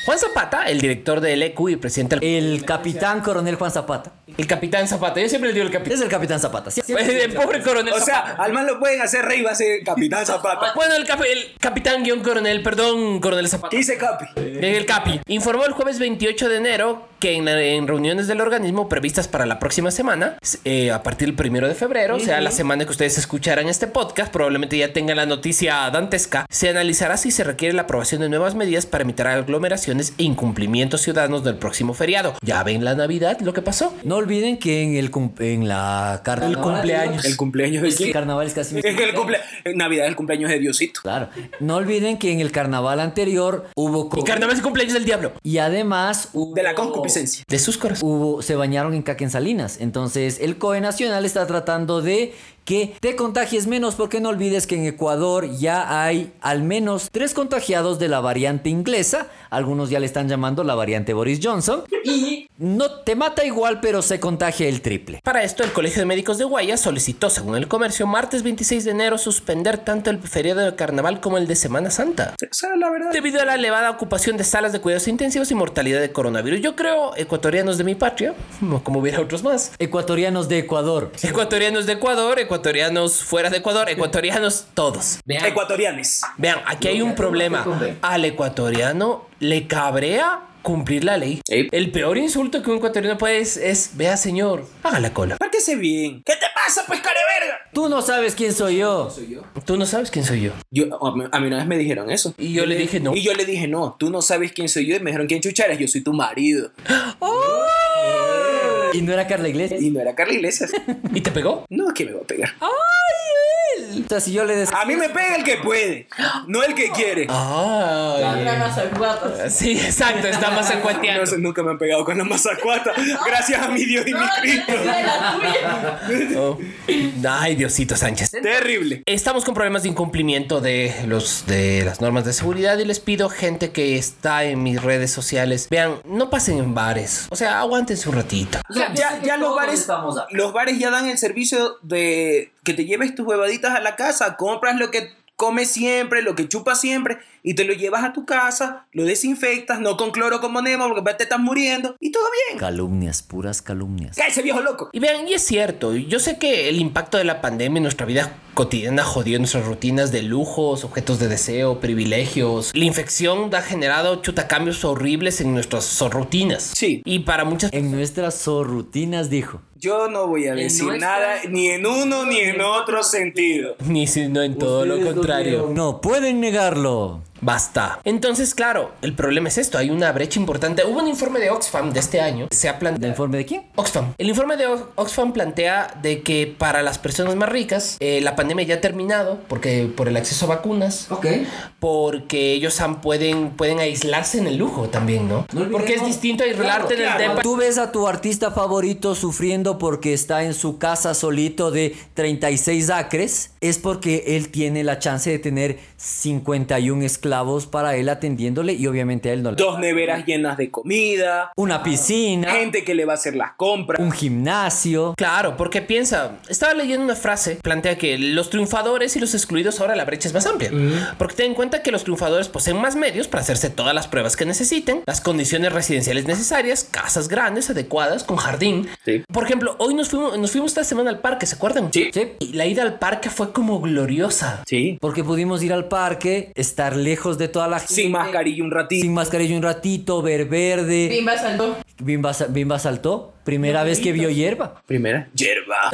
[SPEAKER 4] Juan Zapata, el director del ECU y presidente del...
[SPEAKER 3] El capitán coronel Juan Zapata.
[SPEAKER 4] El capitán Zapata. Yo siempre le digo el capitán.
[SPEAKER 3] Es el capitán Zapata. sí.
[SPEAKER 4] El pobre coronel
[SPEAKER 1] O sea,
[SPEAKER 4] Zapata.
[SPEAKER 1] al más lo pueden hacer rey, va a ser Capitán Zapata.
[SPEAKER 4] Bueno, el, cap- el capitán guión coronel, perdón, coronel Zapata.
[SPEAKER 1] ¿Qué dice Capi?
[SPEAKER 4] Eh, El CAPI informó el jueves 28 de enero que en, la- en reuniones del organismo previstas para la próxima semana, eh, a partir del primero de febrero, o sea, la semana que ustedes escucharán este podcast, probablemente ya tengan la noticia dantesca, se analizará si se requiere la aprobación de nuevas medidas para evitar aglomeraciones e incumplimientos ciudadanos del próximo feriado. Ya ven la Navidad, lo que pasó.
[SPEAKER 3] No olviden que en el cum- en la carta
[SPEAKER 4] El cumpleaños.
[SPEAKER 1] El cumpleaños de
[SPEAKER 3] Es que el
[SPEAKER 1] quién?
[SPEAKER 3] carnaval es casi mi
[SPEAKER 1] Es que el cumple... Navidad es el cumpleaños de Diosito.
[SPEAKER 3] Claro. No olviden que en el carnaval anterior hubo co-
[SPEAKER 4] Y carnaval es cumpleaños del diablo.
[SPEAKER 3] y además hubo-
[SPEAKER 1] De la concupiscencia.
[SPEAKER 4] De sus corazones.
[SPEAKER 3] hubo- se bañaron en caquensalinas. Entonces, el COE Nacional está tratando de que te contagies menos porque no olvides que en Ecuador ya hay al menos tres contagiados de la variante inglesa. Algunos ya le están llamando la variante Boris Johnson. Y no te mata igual, pero se contagia el triple.
[SPEAKER 4] Para esto, el Colegio de Médicos de Guaya solicitó, según el comercio, martes 26 de enero suspender tanto el feriado de carnaval como el de Semana Santa.
[SPEAKER 1] O sea, la verdad.
[SPEAKER 4] Debido a la elevada ocupación de salas de cuidados intensivos y mortalidad de coronavirus, yo creo, ecuatorianos de mi patria, no como hubiera otros más,
[SPEAKER 3] Ecuatorianos de Ecuador.
[SPEAKER 4] ecuatorianos de Ecuador, ecuatorianos fuera de Ecuador, ecuatorianos todos.
[SPEAKER 3] Eh,
[SPEAKER 4] Vean,
[SPEAKER 1] Ecuatorianes.
[SPEAKER 4] vean, aquí hay un problema. Al ecuatoriano le cabrea cumplir la ley.
[SPEAKER 1] Ey.
[SPEAKER 4] El peor insulto que un ecuatoriano puede es, es vea señor, haga la cola.
[SPEAKER 1] Párquese bien. ¿Qué te pasa, pues, cara de verga?
[SPEAKER 3] Tú no sabes quién soy yo.
[SPEAKER 4] Tú no sabes quién soy yo.
[SPEAKER 1] Yo, a, mí, a mí una vez me dijeron eso.
[SPEAKER 4] Y yo le dije no.
[SPEAKER 1] Y yo le dije, no, tú no sabes quién soy yo. Y me dijeron, ¿quién chucha eres? Yo soy tu marido.
[SPEAKER 3] Y no era Carla Iglesias.
[SPEAKER 1] Y no era Carla Iglesias.
[SPEAKER 4] ¿Y te pegó?
[SPEAKER 1] No, es que me va a pegar.
[SPEAKER 3] O sea, si yo le des...
[SPEAKER 1] A mí me pega el que puede, no el que quiere.
[SPEAKER 4] Ah. Sí, exacto, está más
[SPEAKER 1] No sé,
[SPEAKER 4] encuenteando.
[SPEAKER 1] nunca me han pegado con la mazacuata. Gracias a mi Dios y mi Cristo.
[SPEAKER 4] Oh. Ay, Diosito Sánchez.
[SPEAKER 1] Terrible.
[SPEAKER 4] Estamos con problemas de incumplimiento de los de las normas de seguridad y les pido gente que está en mis redes sociales, vean, no pasen en bares, o sea, aguántense un ratito.
[SPEAKER 1] Ya, ya, ya los bares, los bares ya dan el servicio de que te lleves tus huevaditas a la casa, compras lo que comes siempre, lo que chupas siempre, y te lo llevas a tu casa, lo desinfectas, no con cloro como Nemo, porque te estás muriendo, y todo bien.
[SPEAKER 3] Calumnias, puras calumnias.
[SPEAKER 1] ¡Cállese, viejo loco!
[SPEAKER 4] Y vean, y es cierto, yo sé que el impacto de la pandemia en nuestra vida cotidiana jodió nuestras rutinas de lujos, objetos de deseo, privilegios. La infección ha generado chutacambios horribles en nuestras rutinas.
[SPEAKER 1] Sí.
[SPEAKER 4] Y para muchas
[SPEAKER 3] En nuestras zorrutinas dijo.
[SPEAKER 1] Yo no voy a decir nada, ni en uno ni en otro sentido.
[SPEAKER 4] ni sino en todo lo contrario.
[SPEAKER 3] No pueden negarlo.
[SPEAKER 4] Basta. Entonces, claro, el problema es esto. Hay una brecha importante. Hubo un informe de Oxfam de este año. Se ha
[SPEAKER 3] ¿Del
[SPEAKER 4] planteado...
[SPEAKER 3] informe de quién?
[SPEAKER 4] Oxfam. El informe de Ox- Oxfam plantea de que para las personas más ricas eh, la pandemia ya ha terminado porque por el acceso a vacunas,
[SPEAKER 3] Ok.
[SPEAKER 4] porque ellos han- pueden, pueden aislarse en el lujo también, ¿no?
[SPEAKER 3] No olvidemos-
[SPEAKER 4] porque es distinto aislarte en el depa.
[SPEAKER 3] Tú ves a tu artista favorito sufriendo porque está en su casa solito de 36 acres. Es porque él tiene la chance de tener 51 esclavos para él atendiéndole y obviamente a él no le...
[SPEAKER 1] Dos neveras llenas de comida,
[SPEAKER 3] Una piscina,
[SPEAKER 1] gente que le va a hacer las compras.
[SPEAKER 3] un gimnasio.
[SPEAKER 4] Claro, porque piensa, estaba leyendo una frase, plantea que los triunfadores y los excluidos ahora la brecha es más amplia,
[SPEAKER 1] Mm.
[SPEAKER 4] porque ten en cuenta que los triunfadores poseen más medios para hacerse todas las pruebas que necesiten, las condiciones residenciales necesarias, casas grandes, adecuadas, con jardín.
[SPEAKER 1] Sí.
[SPEAKER 4] Por ejemplo, hoy nos fuimos, nos fuimos esta semana al parque, ¿se acuerdan?
[SPEAKER 1] Sí.
[SPEAKER 3] Sí.
[SPEAKER 4] Y la ida al parque fue como gloriosa.
[SPEAKER 1] Sí.
[SPEAKER 3] Porque pudimos ir al parque, estar lejos de toda la gente.
[SPEAKER 1] Sin mascarilla un ratito.
[SPEAKER 3] sin mascarilla un ratito, ver verde.
[SPEAKER 5] Bimba saltó.
[SPEAKER 3] Bimba, sa- Bimba saltó. Primera vez que vio hierba.
[SPEAKER 1] Primera. Yerba.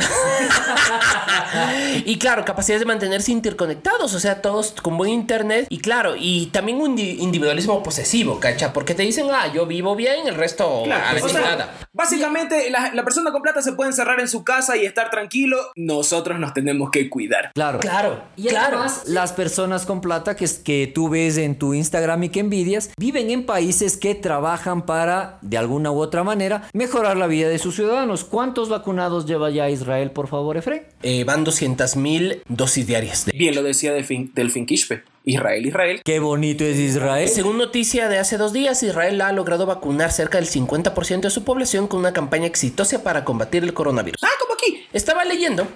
[SPEAKER 4] Y claro, capacidades de mantenerse interconectados, o sea, todos con buen internet. Y claro, y también un indi- individualismo posesivo, ¿cacha? Porque te dicen, ah, yo vivo bien, el resto a la
[SPEAKER 1] pues, O sea,
[SPEAKER 4] chingada.
[SPEAKER 1] básicamente, la, la persona con plata se puede encerrar en su casa y estar tranquilo. Nosotros nos tenemos que cuidar.
[SPEAKER 3] Claro.
[SPEAKER 4] Claro,
[SPEAKER 5] Y
[SPEAKER 4] claro.
[SPEAKER 5] además-
[SPEAKER 3] Las personas con plata que, es- que tú ves en tu Instagram y que envidias viven en países que trabajan para, de alguna u otra manera, mejorar la vida de sus ciudadanos. ¿Cuántos vacunados lleva ya Israel, por favor, Efraín?
[SPEAKER 4] Eh, van 200.000 dosis diarias. De...
[SPEAKER 1] Bien lo decía Delfín, Delfín Quispe. Israel, Israel.
[SPEAKER 3] Qué bonito es Israel.
[SPEAKER 4] Según noticia de hace dos días, Israel ha logrado vacunar cerca del 50% de su población con una campaña exitosa para combatir el coronavirus.
[SPEAKER 1] Ah, como aquí.
[SPEAKER 4] Estaba leyendo,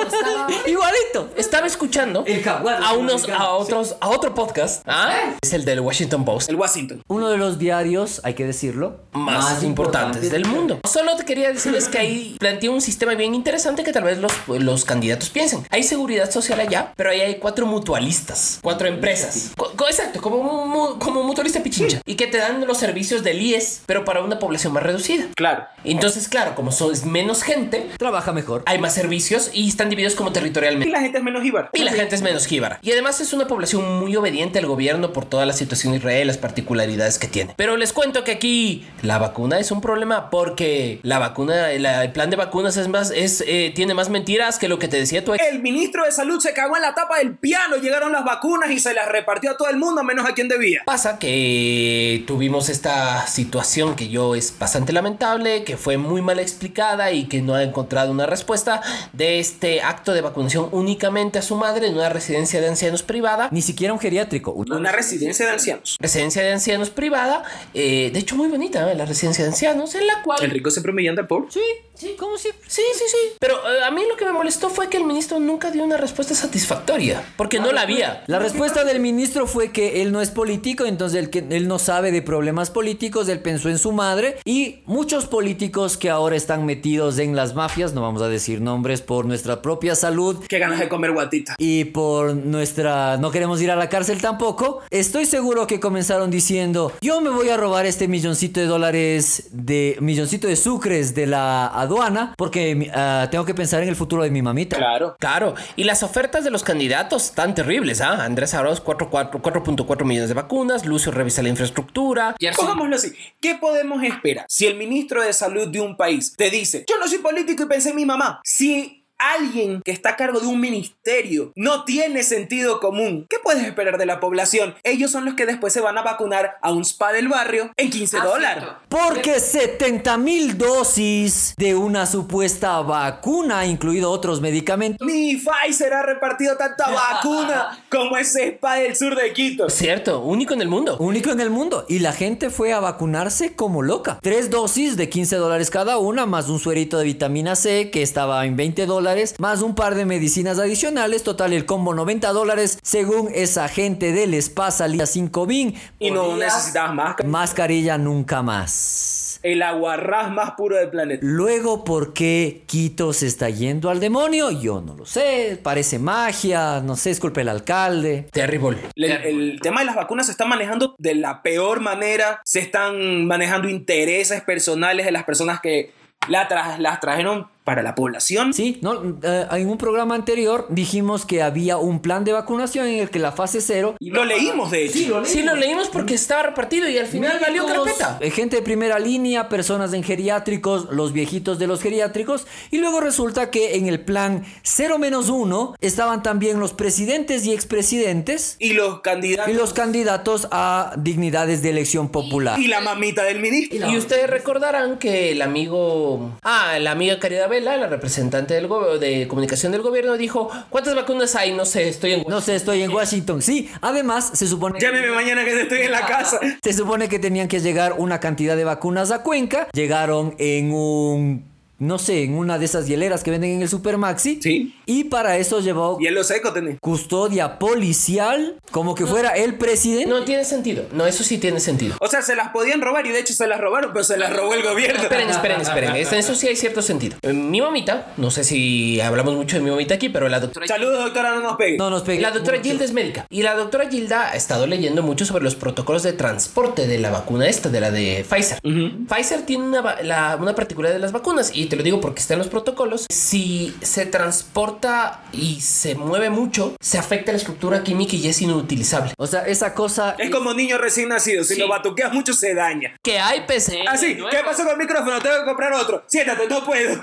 [SPEAKER 3] Igualito.
[SPEAKER 4] estaba escuchando
[SPEAKER 5] El jaguar
[SPEAKER 4] a unos, a
[SPEAKER 5] norteamericano,
[SPEAKER 4] otros, a otro podcast. ¿Ah? Es el del Washington Post.
[SPEAKER 1] El Washington.
[SPEAKER 3] Uno de los diarios, hay que decirlo.
[SPEAKER 4] más,
[SPEAKER 5] Más
[SPEAKER 4] importantes
[SPEAKER 5] importante.
[SPEAKER 4] del mundo. Solo te quería decirles que ahí plantea un sistema bien interesante que tal vez los, pues, los candidatos piensen. Hay seguridad social allá, pero ahí hay cuatro mutualistas, cuatro empresas. Co- co- Exacto, como un, mu- como un mutualista pichincha. Y que te dan los servicios del IES, pero para una población más reducida.
[SPEAKER 1] Claro.
[SPEAKER 4] Entonces, claro, como son es menos gente,
[SPEAKER 3] Trabaja mejor.
[SPEAKER 4] hay más servicios y están divididos como territorialmente.
[SPEAKER 1] Y la gente es menos íbar.
[SPEAKER 4] Y la gente es menos jíbara. Y además es una población muy obediente al gobierno por toda la situación de Israel, las particularidades que tiene. Pero les cuento que aquí la vacuna es un problema porque la vacuna, la- el plan de vacunas es más, es, eh, tiene más mentiras que lo que te decía tu ex.
[SPEAKER 1] El ministro de salud se cagó en la tapa del piano, llegaron las vacunas y se las repartió a todo el mundo menos a quien debía.
[SPEAKER 4] Pasa que tuvimos esta situación que yo es bastante lamentable, que fue muy mal explicada y que no ha encontrado una respuesta de este acto de vacunación únicamente a su madre en una residencia de ancianos privada.
[SPEAKER 3] Ni siquiera un geriátrico. Una-
[SPEAKER 1] Una residencia de ancianos.
[SPEAKER 4] residencia de ancianos privada, eh, de hecho muy bonita ¿eh? la residencia de ancianos, en la cual...
[SPEAKER 1] El rico siempre humillante al pobre.
[SPEAKER 4] Sí, sí, como siempre. Sí, sí, sí. Pero eh, a mí lo que me molestó fue que el ministro nunca dio una respuesta satisfactoria, porque no la había.
[SPEAKER 3] La respuesta del ministro fue que él no es político, entonces el que él no sabe de problemas políticos, él pensó en su madre y muchos políticos que ahora están metidos en las mafias, no vamos a decir nombres por nuestra propia salud
[SPEAKER 1] Qué ganas de comer guatita.
[SPEAKER 3] y por nuestra no queremos ir a la cárcel tampoco. Estoy seguro que comenzaron diciendo, "Yo me voy a robar este milloncito de dólares de milloncito de sucres de la aduana porque mi- ah, tengo que pensar en el futuro de mi mamita."
[SPEAKER 1] Claro.
[SPEAKER 4] Claro, y las ofertas de los candidatos están terribles, ¿ah? Andrés Arauz 4 4 4.4 millones de vacunas, Lucio revisa la infraestructura,
[SPEAKER 1] Pongámoslo así. ¿Qué podemos esperar? Si el ministro de salud de un país te dice, yo no soy político y pensé en mi mamá. Si alguien que está a cargo de un ministerio no tiene sentido común, ¿qué puedes esperar de la población? Ellos son los que después se van a vacunar a un spa del barrio en 15 dólares.
[SPEAKER 3] Porque 70 mil dosis de una supuesta vacuna, incluido otros medicamentos.
[SPEAKER 1] Ni Pfizer ha repartido tanta vacuna como ese spa del sur de Quito.
[SPEAKER 4] Cierto, único en el mundo.
[SPEAKER 3] Único en el mundo. Y la gente fue a vacunarse como loca. Tres dosis de 15 dólares cada una, más un suerito de vitamina C que estaba en 20 dólares, más un par de medicinas adicionales. Total, el combo 90 dólares. Según esa gente del spa, salía sin COVID.
[SPEAKER 1] Y no
[SPEAKER 5] Podías-
[SPEAKER 1] necesitabas más.
[SPEAKER 3] Mascarilla nunca más.
[SPEAKER 1] El aguarrás más puro del planeta.
[SPEAKER 3] Luego, ¿por qué Quito se está yendo al demonio? Yo no lo sé. Parece magia. No sé, es culpa del alcalde.
[SPEAKER 4] Terrible.
[SPEAKER 1] El, el tema de las vacunas se está manejando de la peor manera. Se están manejando intereses personales de las personas que la tra- las trajeron para la población.
[SPEAKER 3] Sí, no, eh, en un programa anterior dijimos que había un plan de vacunación en el que la fase cero,
[SPEAKER 1] Y lo leímos, de hecho.
[SPEAKER 4] Sí lo leímos porque estaba repartido y al final valió
[SPEAKER 3] médicos,
[SPEAKER 4] carpeta.
[SPEAKER 3] eh, gente de primera línea, personas en geriátricos, los viejitos de los geriátricos, y luego resulta que en el plan 0 menos 1 estaban también los presidentes y expresidentes
[SPEAKER 1] Y los
[SPEAKER 3] y
[SPEAKER 1] candidatos.
[SPEAKER 3] los candidatos a dignidades de elección popular.
[SPEAKER 1] Y la mamita del ministro.
[SPEAKER 4] Y ustedes recordarán que el amigo, ah, la amiga Caridad Vela, la representante del go- de comunicación del gobierno, dijo, ¿cuántas vacunas hay? No sé, estoy en...
[SPEAKER 3] No sé, estoy en Washington. Sí, además se supone
[SPEAKER 1] Llámeme mañana que estoy en la casa.
[SPEAKER 3] Se supone que tenían que llegar una cantidad de vacunas a Cuenca. Llegaron en un. No sé, en una de esas hieleras que venden en el Supermaxi.
[SPEAKER 1] Sí.
[SPEAKER 3] Y para eso llevó
[SPEAKER 1] Y en lo seco tenés.
[SPEAKER 3] custodia policial, como que fuera el presidente.
[SPEAKER 4] No tiene sentido. No, eso sí tiene sentido.
[SPEAKER 1] O sea, se las podían robar y de hecho se las robaron, pero se las robó el gobierno.
[SPEAKER 4] Esperen, esperen, esperen. Es- Eso sí hay cierto sentido. Eh, Mi mamita, no sé si hablamos mucho de mi mamita aquí, pero la doctora...
[SPEAKER 1] Saludos, doctora, no nos pegue.
[SPEAKER 3] No nos pegué.
[SPEAKER 4] La doctora Gilda es médica. Y la doctora Gilda ha estado leyendo mucho sobre los protocolos de transporte de la vacuna esta, de la de Pfizer. Pfizer tiene una, va- la- una particularidad de las vacunas, y te lo digo porque está en los protocolos. Si se transporta y se mueve mucho, se afecta la estructura química y es inutilizable.
[SPEAKER 3] O sea, esa cosa.
[SPEAKER 1] Es como niño recién nacido. Si
[SPEAKER 4] Sí. Eh,
[SPEAKER 1] lo batuqueas mucho, se daña.
[SPEAKER 4] Que hay PCR.
[SPEAKER 1] Así,
[SPEAKER 4] nuevo.
[SPEAKER 1] ¿qué pasó con el micrófono? Tengo que comprar otro. Siéntate, no puedo.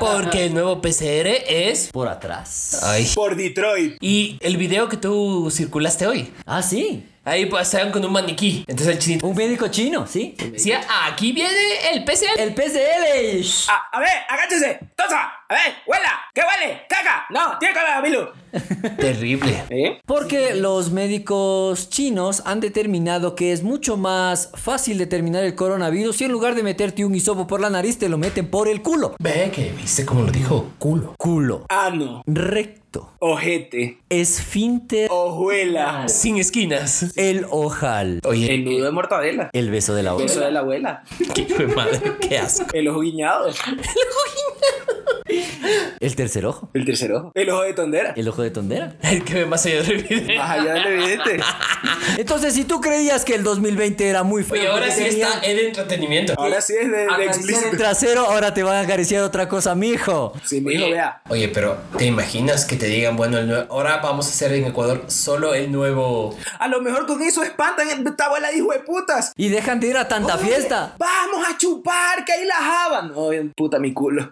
[SPEAKER 4] Porque el nuevo PCR es...
[SPEAKER 3] Por atrás.
[SPEAKER 4] Ay.
[SPEAKER 1] Por Detroit.
[SPEAKER 4] Y el video que tú circulaste hoy.
[SPEAKER 3] Ah, sí.
[SPEAKER 4] Ahí pasaron con un maniquí. Entonces el chinito
[SPEAKER 3] Un médico chino, sí.
[SPEAKER 4] decía, aquí viene el PCR.
[SPEAKER 3] El PCL.
[SPEAKER 1] Ah, A, a ver, agáchese. Tosa. A ver, huela. ¿Qué huele? Caca. No, tiene cara de Camilo.
[SPEAKER 4] Terrible.
[SPEAKER 1] ¿Eh?
[SPEAKER 3] Porque
[SPEAKER 4] Ah,
[SPEAKER 3] los médicos chinos han determinado que es mucho más fácil determinar el coronavirus si en lugar de meterte un hisopo por la nariz te lo meten por el culo.
[SPEAKER 4] Ve que viste como lo dijo. Culo.
[SPEAKER 3] Culo.
[SPEAKER 1] Ano,
[SPEAKER 3] Recto.
[SPEAKER 1] Ah, ojete,
[SPEAKER 3] Esfínter.
[SPEAKER 1] ojuela,
[SPEAKER 4] Sin esquinas.
[SPEAKER 3] El ojal.
[SPEAKER 4] Oye,
[SPEAKER 1] el nudo de mortadela,
[SPEAKER 3] El beso de la
[SPEAKER 1] el beso
[SPEAKER 3] boca.
[SPEAKER 1] de la abuela,
[SPEAKER 4] qué hijo de madre, qué asco.
[SPEAKER 1] el ojo guiñado,
[SPEAKER 3] El tercer ojo.
[SPEAKER 1] el tercer ojo, el ojo de tondera.
[SPEAKER 3] El ojo de tondera.
[SPEAKER 4] El que ve más allá del video.
[SPEAKER 1] Más allá del evidente.
[SPEAKER 3] Entonces, si tú creías que el 2020 era muy feo.
[SPEAKER 4] Oye, ahora
[SPEAKER 3] porque
[SPEAKER 4] sí
[SPEAKER 3] tenía
[SPEAKER 4] está el entretenimiento.
[SPEAKER 1] Ahora sí es de, de
[SPEAKER 3] el
[SPEAKER 1] explícito.
[SPEAKER 3] trasero, ahora te van a acariciar otra cosa, mijo.
[SPEAKER 1] Sí, mi hijo, vea.
[SPEAKER 4] Oye, pero ¿te imaginas que te digan, bueno, el nue- ahora vamos a hacer en Ecuador solo el nuevo...
[SPEAKER 1] A lo mejor con eso espantan a esta abuela de hijo de putas.
[SPEAKER 3] Y dejan de ir a tanta
[SPEAKER 1] Oye,
[SPEAKER 3] fiesta.
[SPEAKER 1] Vamos a chupar, que ahí la java. No, bien, puta mi culo.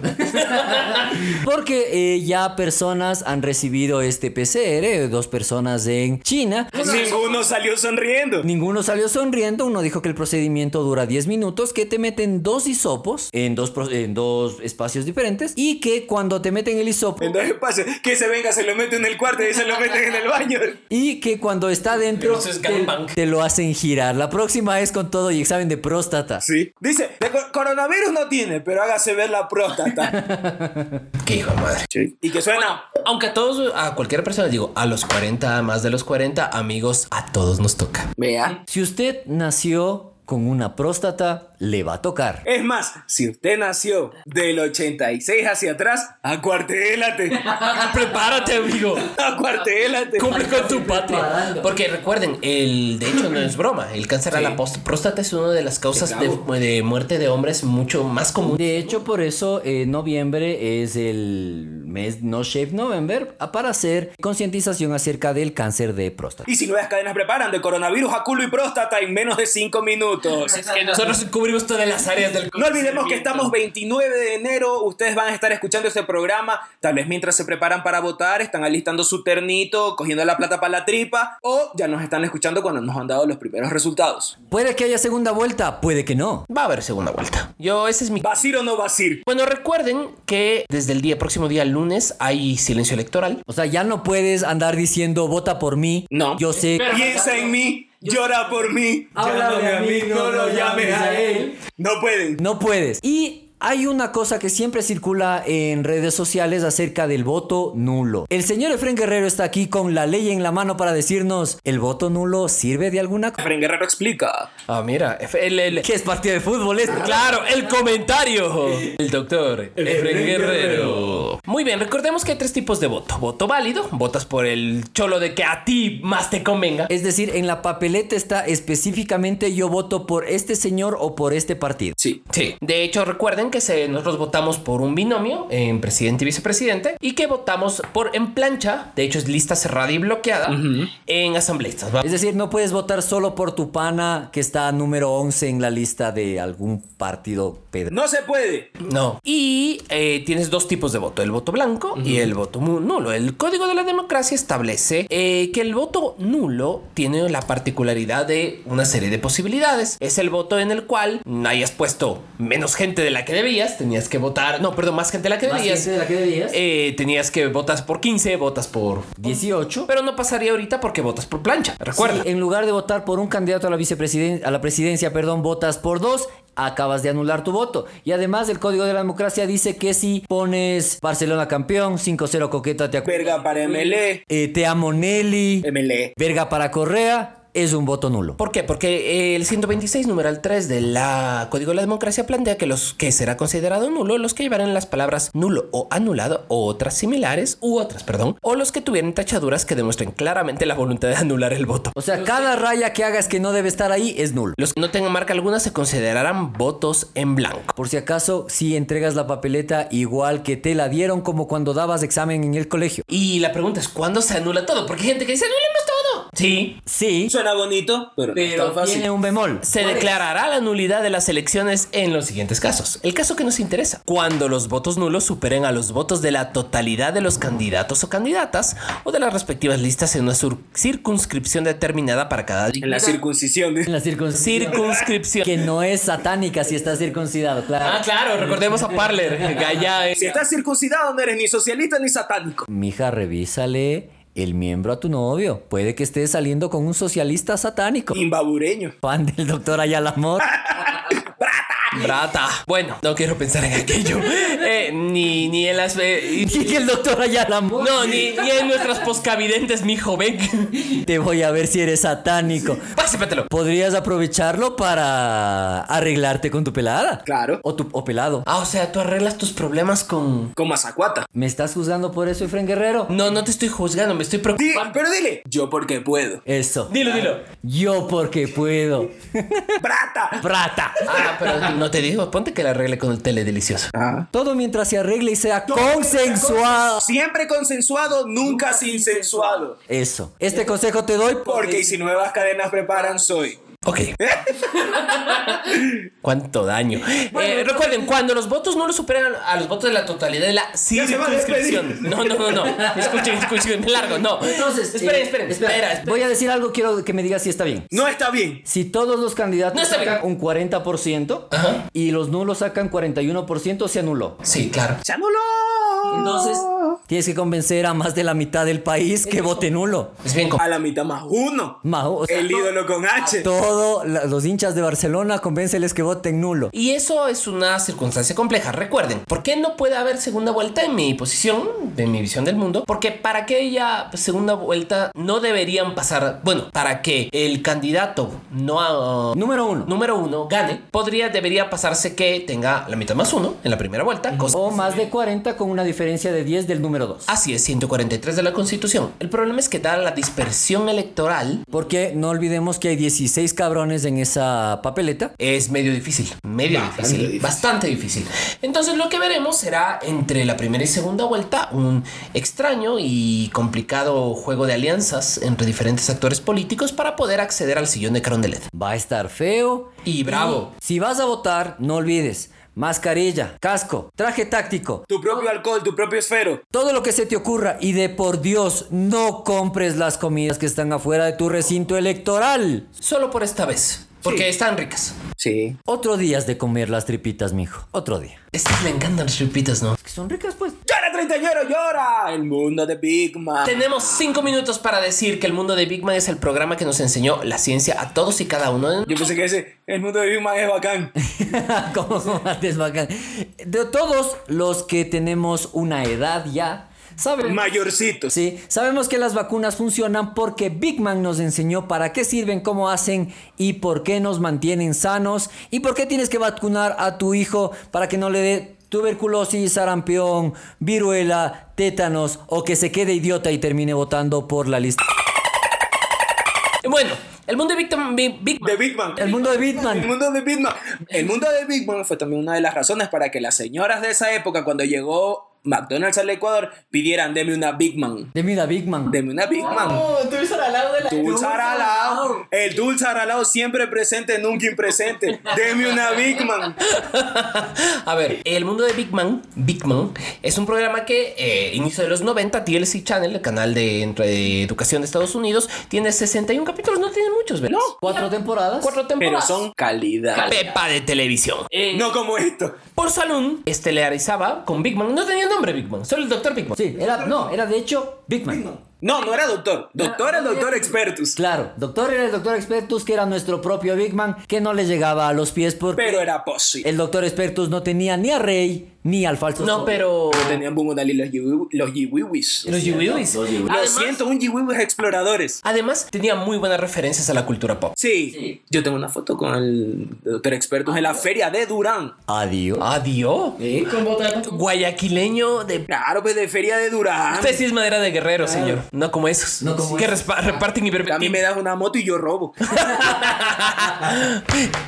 [SPEAKER 3] Porque eh, ya personas han recibido este PCR, dos personas en China.
[SPEAKER 1] Ninguno salió sonriendo.
[SPEAKER 3] Ninguno salió sonriendo, uno dijo que el procedimiento dura 10 minutos, que te meten dos hisopos en dos, pro- en dos espacios diferentes y que cuando te meten el hisopo
[SPEAKER 1] En dos espacios, que se venga, se lo mete en el cuarto y se lo meten en el baño.
[SPEAKER 3] y que cuando está dentro
[SPEAKER 4] Pero eso es
[SPEAKER 3] te,
[SPEAKER 4] gangbang.
[SPEAKER 3] te lo hacen girar. La próxima es con todo y examen de próstata.
[SPEAKER 1] Sí. Dice, de co- coronavirus no tiene, pero hágase ver la próstata.
[SPEAKER 4] Qué hijo de madre.
[SPEAKER 1] Y que suena.
[SPEAKER 4] Aunque a todos, a cualquier persona, digo, a los 40, a más de los 40, amigos, a todos nos toca.
[SPEAKER 1] Vea.
[SPEAKER 3] Si usted nació con una próstata, le va a tocar.
[SPEAKER 1] Es más, si usted nació del 86 hacia atrás, acuartelate.
[SPEAKER 4] Prepárate, amigo.
[SPEAKER 1] Acuartelate.
[SPEAKER 4] Cumple con tu patria. Porque recuerden, el de hecho no es broma. El cáncer a la post- próstata es una de las causas de, de muerte de hombres mucho más común.
[SPEAKER 3] De hecho, por eso eh, noviembre es el mes No Shave November ah, para hacer concientización acerca del cáncer de próstata.
[SPEAKER 1] Y si nuevas cadenas preparan de coronavirus a culo y próstata en menos de 5 minutos.
[SPEAKER 4] Que nosotros cubrimos todas las áreas del
[SPEAKER 1] No olvidemos que estamos 29 de enero, ustedes van a estar escuchando este programa, tal vez mientras se preparan para votar, están alistando su ternito, cogiendo la plata para la tripa, o ya nos están escuchando cuando nos han dado los primeros resultados.
[SPEAKER 3] Puede que haya segunda vuelta, puede que no.
[SPEAKER 4] Va a haber segunda vuelta. Yo, ese es mi.
[SPEAKER 1] ¿Vacir o no vacir?
[SPEAKER 4] Bueno, recuerden que desde el día próximo día lunes hay silencio electoral.
[SPEAKER 3] O sea, ya no puedes andar diciendo vota por mí.
[SPEAKER 1] No.
[SPEAKER 3] Yo sé.
[SPEAKER 1] Piensa en mí, llora por mí,
[SPEAKER 3] Háblame
[SPEAKER 1] llámame
[SPEAKER 3] a mí, no lo llames a él.
[SPEAKER 1] No pueden.
[SPEAKER 3] No puedes. Y hay una cosa que siempre circula en redes sociales acerca del voto nulo. El señor Efren Guerrero está aquí con la ley en la mano para decirnos, ¿el voto nulo sirve de alguna cosa?
[SPEAKER 1] Fren Guerrero explica.
[SPEAKER 4] Ah, mira. El, el-
[SPEAKER 3] ¿Qué es partido de fútbol esto?
[SPEAKER 4] Claro, el comentario. El doctor Efren Guerrero. Muy bien, recordemos que hay tres tipos de voto. Voto válido, votas por el cholo de que a ti más te convenga.
[SPEAKER 3] Es decir, en la papeleta está específicamente yo voto por este señor o por este partido.
[SPEAKER 1] Sí.
[SPEAKER 4] Sí, de hecho recuerden que se- nosotros votamos por un binomio en presidente y vicepresidente y que votamos por en plancha, de hecho es lista cerrada y bloqueada, en asambleístas. ¿va?
[SPEAKER 3] Es decir, no puedes votar solo por tu pana que está número 11 en la lista de algún partido pedra.
[SPEAKER 1] No se puede.
[SPEAKER 4] No. Y eh, tienes dos tipos de voto, el voto blanco y el voto mu- nulo. El Código de la Democracia establece eh, que el voto nulo tiene la particularidad de una serie de posibilidades. Es el voto en el cual hayas puesto menos gente de la que debías, tenías que votar, no, perdón, más gente de la que debías.
[SPEAKER 3] la que debías?
[SPEAKER 4] Eh, tenías que votas por 15, votas por
[SPEAKER 3] 18.
[SPEAKER 4] Pero no pasaría ahorita porque votas por plancha, recuerda.
[SPEAKER 3] Sí, en lugar de votar por un candidato a la vicepresidencia, a la presidencia, perdón, votas por dos, acabas de anular tu voto. Y además el Código de la Democracia dice que si pones Barcelona campeón, 5-0 coqueta te acu-
[SPEAKER 1] Verga para MLE.
[SPEAKER 3] eh, te amo Nelly,
[SPEAKER 1] MLE.
[SPEAKER 3] verga para Correa, es un voto nulo.
[SPEAKER 4] ¿Por qué? Porque el 126, numeral 3 de la Código de la Democracia plantea que los que será considerado nulo, los que llevaran las palabras nulo o anulado o otras similares, u otras, perdón, o los que tuvieran tachaduras que demuestren claramente la voluntad de anular el voto.
[SPEAKER 3] O sea, cada raya que hagas que no debe estar ahí es nulo.
[SPEAKER 4] Los que no tengan marca alguna se considerarán votos en blanco.
[SPEAKER 3] Por si acaso, si entregas la papeleta igual que te la dieron como cuando dabas examen en el colegio.
[SPEAKER 4] Y la pregunta es, ¿cuándo se anula todo? Porque hay gente que dice, anulemos todo. Sí.
[SPEAKER 3] Sí,
[SPEAKER 1] Suena bonito, pero,
[SPEAKER 4] Pero
[SPEAKER 1] no es tan fácil.
[SPEAKER 3] tiene un bemol.
[SPEAKER 4] Se declarará la nulidad de las elecciones en los siguientes casos. El caso que nos interesa, cuando los votos nulos superen a los votos de la totalidad de los candidatos o candidatas o de las respectivas listas en una sur- circunscripción determinada para cada
[SPEAKER 1] En la circuncisión.
[SPEAKER 3] En la circuncisión.
[SPEAKER 4] circunscripción.
[SPEAKER 3] que no es satánica si está circuncidado, claro.
[SPEAKER 4] Ah, claro, recordemos a Parler, Gaya. eh.
[SPEAKER 1] Si estás circuncidado, no eres ni socialista ni satánico.
[SPEAKER 3] Mija, revísale el miembro a tu novio. Puede que estés saliendo con un socialista satánico.
[SPEAKER 1] Imbabureño.
[SPEAKER 3] Fan del doctor Ayala Mor.
[SPEAKER 4] Brata. Bueno, no quiero pensar en aquello. Eh, ni, ni en las. eh,
[SPEAKER 3] Y que el doctor Ayala Mor.
[SPEAKER 4] no, ni, ni en nuestras poscavidentes, mi joven.
[SPEAKER 3] Te voy a ver si eres satánico.
[SPEAKER 4] Pásepetelo.
[SPEAKER 3] Podrías aprovecharlo para arreglarte con tu pelada.
[SPEAKER 1] Claro.
[SPEAKER 3] O tu o pelado.
[SPEAKER 4] Ah, o sea, tú arreglas tus problemas con.
[SPEAKER 1] Con mazacuata.
[SPEAKER 3] ¿Me estás juzgando por eso, Efren Guerrero?
[SPEAKER 4] No, no te estoy juzgando, me estoy
[SPEAKER 1] Di-
[SPEAKER 4] preocupando.
[SPEAKER 1] pero dile, yo porque puedo.
[SPEAKER 3] Eso.
[SPEAKER 4] Dilo, dilo.
[SPEAKER 3] Yo porque puedo.
[SPEAKER 1] ¡Brata!
[SPEAKER 3] Prata.
[SPEAKER 4] Ah, pero no te digo, ponte que la arregle con el tele delicioso.
[SPEAKER 3] Todo mientras se arregle y sea consensuado.
[SPEAKER 1] Siempre consensuado, nunca sin sensuado.
[SPEAKER 3] Eso. Este consejo te doy
[SPEAKER 1] Porque y si nuevas cadenas preparan, soy.
[SPEAKER 4] Ok. ¿Cuánto daño? Eh, recuerden, cuando los votos no los superan a los votos de la totalidad de la
[SPEAKER 1] Ya se va a
[SPEAKER 4] circunscripción.
[SPEAKER 1] despedir.
[SPEAKER 4] No, no, no, no. Escuchen, escuchen, me largo. No.
[SPEAKER 3] Entonces,
[SPEAKER 4] esperen,
[SPEAKER 3] eh,
[SPEAKER 4] esperen,
[SPEAKER 3] espera,
[SPEAKER 4] espera, espera.
[SPEAKER 3] Voy a decir algo, quiero que me digas si está bien.
[SPEAKER 1] No está bien.
[SPEAKER 3] Si todos los candidatos
[SPEAKER 4] No está bien.
[SPEAKER 3] sacan un 40%
[SPEAKER 4] Ajá.
[SPEAKER 3] y los nulos sacan 41%, se anuló.
[SPEAKER 4] Sí, claro.
[SPEAKER 1] ¡Chámolo!
[SPEAKER 3] Entonces, tienes que convencer a más de la mitad del país que vote nulo.
[SPEAKER 4] Es bien
[SPEAKER 1] A la mitad más uno.
[SPEAKER 3] Majo, o sea,
[SPEAKER 1] El ídolo con H.
[SPEAKER 3] Todos los hinchas de Barcelona, convénceles que voten nulo.
[SPEAKER 4] Y eso es una circunstancia compleja. Recuerden, ¿por qué no puede haber segunda vuelta en mi posición, de mi visión del mundo? Porque para aquella segunda vuelta no deberían pasar, bueno, para que el candidato no ah,
[SPEAKER 3] Número uno.
[SPEAKER 4] número uno gane, podría, debería pasarse que tenga la mitad más uno en la primera vuelta. cosa-
[SPEAKER 3] O más de 40 con una diferencia de 10 del número 2.
[SPEAKER 4] Así es, 143 de la Constitución. El problema es que da la dispersión electoral.
[SPEAKER 3] Porque no olvidemos que hay 16 cabrones en esa papeleta.
[SPEAKER 4] Es medio difícil, medio difícil, bastante difícil. Entonces lo que veremos será entre la primera y segunda vuelta un extraño y complicado juego de alianzas entre diferentes actores políticos para poder acceder al sillón de Caron de LED.
[SPEAKER 3] Va a estar feo.
[SPEAKER 4] Y bravo.
[SPEAKER 3] Si vas a votar, no olvides mascarilla, casco, traje táctico,
[SPEAKER 1] Tu propio alcohol, tu propio esfero.
[SPEAKER 3] todo lo que se te ocurra y de por Dios no compres las comidas que están afuera de tu recinto electoral.
[SPEAKER 4] Solo por esta vez, porque están ricas.
[SPEAKER 1] Sí.
[SPEAKER 3] Otro día es de comer las tripitas, mijo. Otro día.
[SPEAKER 4] Estas le encantan las chupitas, ¿no?
[SPEAKER 3] Que son ricas, pues.
[SPEAKER 1] ¡Llora, treintañero, llora! El mundo de Big Man.
[SPEAKER 4] Tenemos cinco minutos para decir que el mundo de Big Man es el programa que nos enseñó la ciencia a todos y cada uno de
[SPEAKER 1] Yo pensé que ese, el mundo de Big Man es bacán.
[SPEAKER 3] Como antes bacán. De todos los que tenemos una edad ya, sabemos.
[SPEAKER 1] Mayorcito.
[SPEAKER 3] Sí, sabemos que las vacunas funcionan porque Big Man nos enseñó para qué sirven, cómo hacen y por qué nos mantienen sanos y por qué tienes que vacunar a tu hijo para que no le dé tuberculosis, sarampión, viruela, tétanos o que se quede idiota y termine votando por la lista.
[SPEAKER 4] Bueno, el mundo de Big, Man- Big- Big Man-
[SPEAKER 1] De Big Man.
[SPEAKER 3] El mundo de Big
[SPEAKER 1] El
[SPEAKER 3] Man.
[SPEAKER 1] mundo de Big Man. El mundo de Big Man fue también una de las razones para que las señoras de esa época, cuando llegó McDonald's al Ecuador, pidieran, deme una Big Man.
[SPEAKER 3] De mira Big Man.
[SPEAKER 1] Deme una Big Man.
[SPEAKER 4] Oh, tú eres al lado de la-
[SPEAKER 1] Dulce aralao. El dulce aralao siempre presente, nunca impresente. Deme una Big Man.
[SPEAKER 4] A ver, el mundo de Big Man, Big Man, es un programa que eh, inicio de los 90, TLC Channel, el canal de, entre- de educación de Estados Unidos, tiene 61 capítulos, no tiene muchos, ¿verdad?
[SPEAKER 3] Cuatro temporadas.
[SPEAKER 4] Cuatro
[SPEAKER 1] Pero
[SPEAKER 4] temporadas.
[SPEAKER 1] son calidad.
[SPEAKER 4] Pepa de televisión. Eh,
[SPEAKER 1] No como esto.
[SPEAKER 4] Por salón, estelarizaba con Big Man. No tenía nombre Big Man, solo el Dr. Big Man.
[SPEAKER 3] Sí, era, no, era de hecho Big Man.
[SPEAKER 1] No, no era doctor. Doctor era el doctor expertus.
[SPEAKER 3] Claro, doctor era el doctor Expertus, que era nuestro propio Big Man, que no le llegaba a los pies porque
[SPEAKER 1] Pero era posi.
[SPEAKER 3] el doctor Expertus no tenía ni a Rey ni al falso.
[SPEAKER 4] No,
[SPEAKER 3] Sol.
[SPEAKER 4] pero.
[SPEAKER 1] Tenían Bungo Dalí los yiwi- los yiwiwis.
[SPEAKER 4] Los Yubiwis.
[SPEAKER 1] Lo siento, un yiwiwis exploradores.
[SPEAKER 4] Además, tenía muy buenas referencias a la cultura pop.
[SPEAKER 1] Sí. Yo tengo una foto con el doctor expertos en la feria de Durán.
[SPEAKER 3] Adiós.
[SPEAKER 4] Adiós. Guayaquileño de
[SPEAKER 1] Claro, pues de feria de Durán.
[SPEAKER 4] Usted sí es madera de guerrero, señor. No como esos.
[SPEAKER 3] No como
[SPEAKER 4] que
[SPEAKER 3] esos.
[SPEAKER 4] respa- reparten y
[SPEAKER 1] A mí me das una moto y yo robo.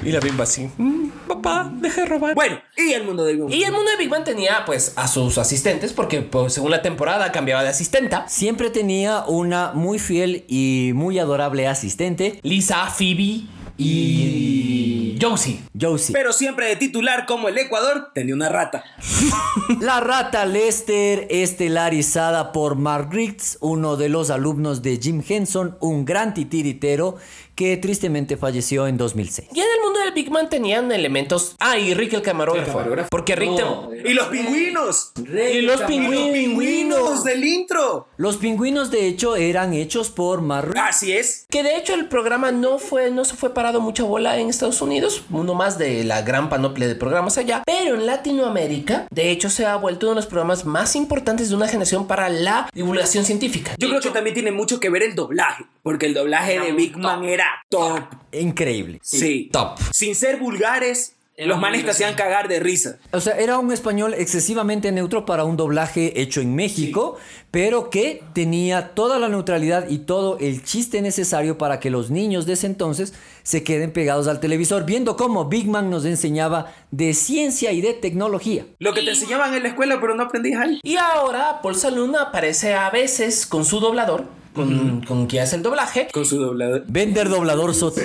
[SPEAKER 4] Y la bimba así. Mm, papá, deja de robar.
[SPEAKER 1] Bueno, y el mundo de Big Bang.
[SPEAKER 4] Y el mundo de Big Bang tenía pues a sus asistentes porque pues, según la temporada cambiaba de asistenta.
[SPEAKER 3] Siempre tenía una muy fiel y muy adorable asistente,
[SPEAKER 4] Lisa, Phoebe y Josie.
[SPEAKER 3] Josie.
[SPEAKER 1] Pero siempre de titular como el Ecuador tenía una rata.
[SPEAKER 3] La rata Lester, estelarizada por Mark Riggs, uno de los alumnos de Jim Henson, un gran titiritero que tristemente falleció en 2006.
[SPEAKER 4] Y en el mundo del Big Man tenían elementos. Ah, y Rick el camarógrafo. Porque Rick.
[SPEAKER 5] No.
[SPEAKER 4] tam-
[SPEAKER 1] Y los pingüinos.
[SPEAKER 4] Y los
[SPEAKER 1] Y los
[SPEAKER 4] pingüinos.
[SPEAKER 1] pingüinos del intro.
[SPEAKER 3] Los pingüinos, de hecho, eran hechos por Mark Riggs.
[SPEAKER 1] Así es.
[SPEAKER 4] Que de hecho el programa no fue, no se fue parado mucha bola en Estados Unidos, uno más de la gran panoplia de programas allá, pero en Latinoamérica, de hecho, se ha vuelto uno de los programas más importantes de una generación para la divulgación científica.
[SPEAKER 1] Yo creo que también tiene mucho que ver el doblaje, porque el doblaje de Big Man era top.
[SPEAKER 3] Increíble.
[SPEAKER 1] Sí.
[SPEAKER 4] Top.
[SPEAKER 1] Sin ser vulgares,
[SPEAKER 5] Era
[SPEAKER 1] los
[SPEAKER 5] muy
[SPEAKER 1] manes te hacían cagar de risa.
[SPEAKER 3] O sea, era un español excesivamente neutro para un doblaje hecho en México, pero que tenía toda la neutralidad y todo el chiste necesario para que los niños de ese entonces se queden pegados al televisor, viendo cómo Big Man nos enseñaba de ciencia y de tecnología.
[SPEAKER 1] Lo que te enseñaban en la escuela, pero no aprendías ahí.
[SPEAKER 4] Y ahora Paul Saluna aparece a veces con su doblador, con, con quien hace el doblaje.
[SPEAKER 1] Con su doblador.
[SPEAKER 3] Vender doblador Soto.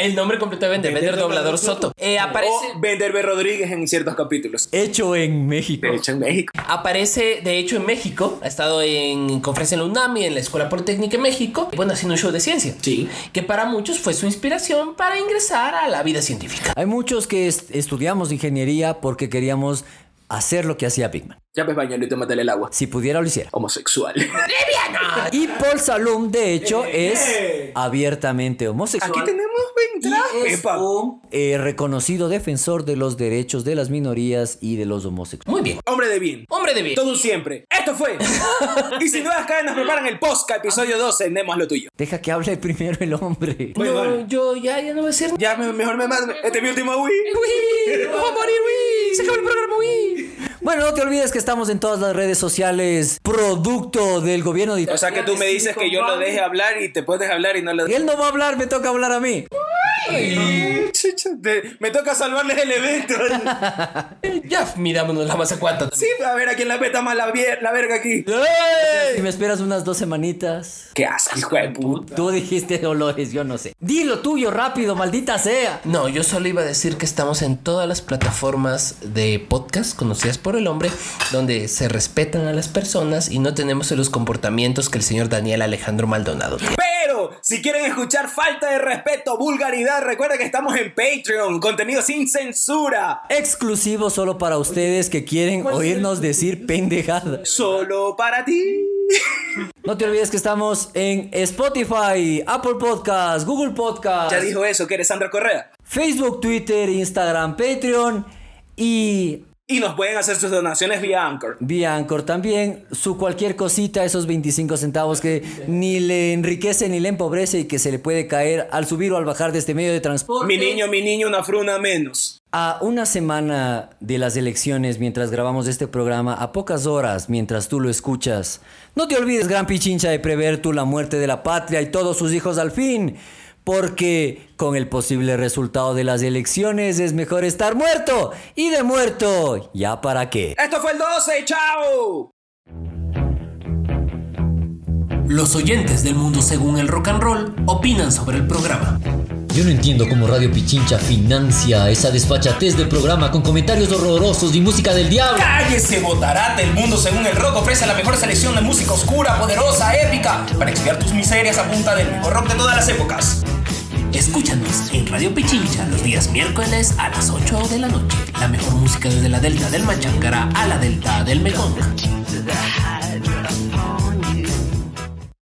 [SPEAKER 4] El nombre completo de Vender, Vender Doblador Soto. Eh, aparece.
[SPEAKER 1] O Vender B. Rodríguez en ciertos capítulos.
[SPEAKER 3] Hecho en México.
[SPEAKER 1] Hecho en México.
[SPEAKER 4] Aparece, de hecho, en México. Ha estado en conferencia en la UNAMI, en la Escuela Politécnica de México. y, Bueno, haciendo un show de ciencia.
[SPEAKER 1] Sí.
[SPEAKER 4] Que para muchos fue su inspiración para ingresar a la vida científica.
[SPEAKER 3] Hay muchos que est- estudiamos ingeniería porque queríamos hacer lo que hacía Big Man.
[SPEAKER 1] Ya pues bañalo y tómatele el agua.
[SPEAKER 3] Si pudiera, lo hiciera.
[SPEAKER 1] Homosexual.
[SPEAKER 3] Y Paul Salum, de hecho, es abiertamente homosexual.
[SPEAKER 1] Aquí tenemos
[SPEAKER 3] Y
[SPEAKER 1] ventraje.
[SPEAKER 3] es
[SPEAKER 1] pa.
[SPEAKER 3] un eh, reconocido defensor de los derechos de las minorías y de los homosexuales.
[SPEAKER 4] Muy bien.
[SPEAKER 1] Hombre de bien.
[SPEAKER 4] Hombre de bien.
[SPEAKER 1] Todo un siempre. Esto fue. y si nuevas cadenas preparan el podcast, episodio 12, tenemos lo tuyo.
[SPEAKER 3] Deja que hable primero el hombre.
[SPEAKER 1] Bueno,
[SPEAKER 4] no,
[SPEAKER 1] vale.
[SPEAKER 4] yo ya, ya no voy a decir.
[SPEAKER 1] Ya me- mejor me mando. Este es mi último Wii.
[SPEAKER 4] ¡Uy! ¡Vamos a morir, uy! ¡Se acabó el programa, uy!
[SPEAKER 3] Bueno, no te olvides que estamos en todas las redes sociales, producto del gobierno de
[SPEAKER 1] O sea que tú me dices que yo lo deje hablar y te puedes hablar y no lo
[SPEAKER 3] Y Él no va a hablar, me toca hablar a mí.
[SPEAKER 1] Chucha, te- me toca salvarles el evento.
[SPEAKER 4] Ya, mirámonos la masa cuanta.
[SPEAKER 1] Sí, a ver a quién la peta más la, vier- la verga aquí.
[SPEAKER 3] Si me esperas unas dos semanitas.
[SPEAKER 1] Qué asco, hijo de puta.
[SPEAKER 3] Tú dijiste dolores, yo no sé. Di lo tuyo rápido, maldita sea.
[SPEAKER 4] No, yo solo iba a decir que estamos en todas las plataformas de podcast conocidas por el hombre, donde se respetan a las personas y no tenemos los comportamientos que el señor Daniel Alejandro Maldonado tiene.
[SPEAKER 1] Pero si quieren escuchar falta de respeto, vulgaridad, recuerda que estamos en Patreon, contenido sin censura.
[SPEAKER 3] Exclusivo solo para ustedes que quieren oírnos decir pendejadas.
[SPEAKER 1] Solo para ti.
[SPEAKER 3] No te olvides que estamos en Spotify, Apple Podcast, Google Podcast,
[SPEAKER 1] Ya dijo eso, que eres Sandra Correa.
[SPEAKER 3] Facebook, Twitter, Instagram, Patreon y
[SPEAKER 1] Y nos pueden hacer sus donaciones vía Anchor.
[SPEAKER 3] vía Anchor también. Su cualquier cosita, esos 25 centavos que ni le enriquece ni le empobrece y que se le puede caer al subir o al bajar de este medio de transporte.
[SPEAKER 1] Mi niño, mi niño, una fruna menos.
[SPEAKER 3] A una semana de las elecciones, mientras grabamos este programa, a pocas horas, mientras tú lo escuchas, no te olvides, gran pichincha, de prever tú la muerte de la patria y todos sus hijos al fin, porque con el posible resultado de las elecciones es mejor estar muerto y de muerto, ¿ya para qué?
[SPEAKER 1] Esto fue el 12, chao.
[SPEAKER 4] Los oyentes del mundo según el rock and roll opinan sobre el programa.
[SPEAKER 3] Yo no entiendo cómo Radio Pichincha financia esa desfachatez del programa con comentarios horrorosos y música del diablo.
[SPEAKER 4] Cállese, botarate. El mundo según el rock ofrece la mejor selección de música oscura, poderosa, épica, para expiar tus miserias a punta del mejor rock de todas las épocas. Escúchanos en Radio Pichincha los días miércoles a las 8 de la noche. La mejor música desde la delta del Machangará a la delta del Mekong.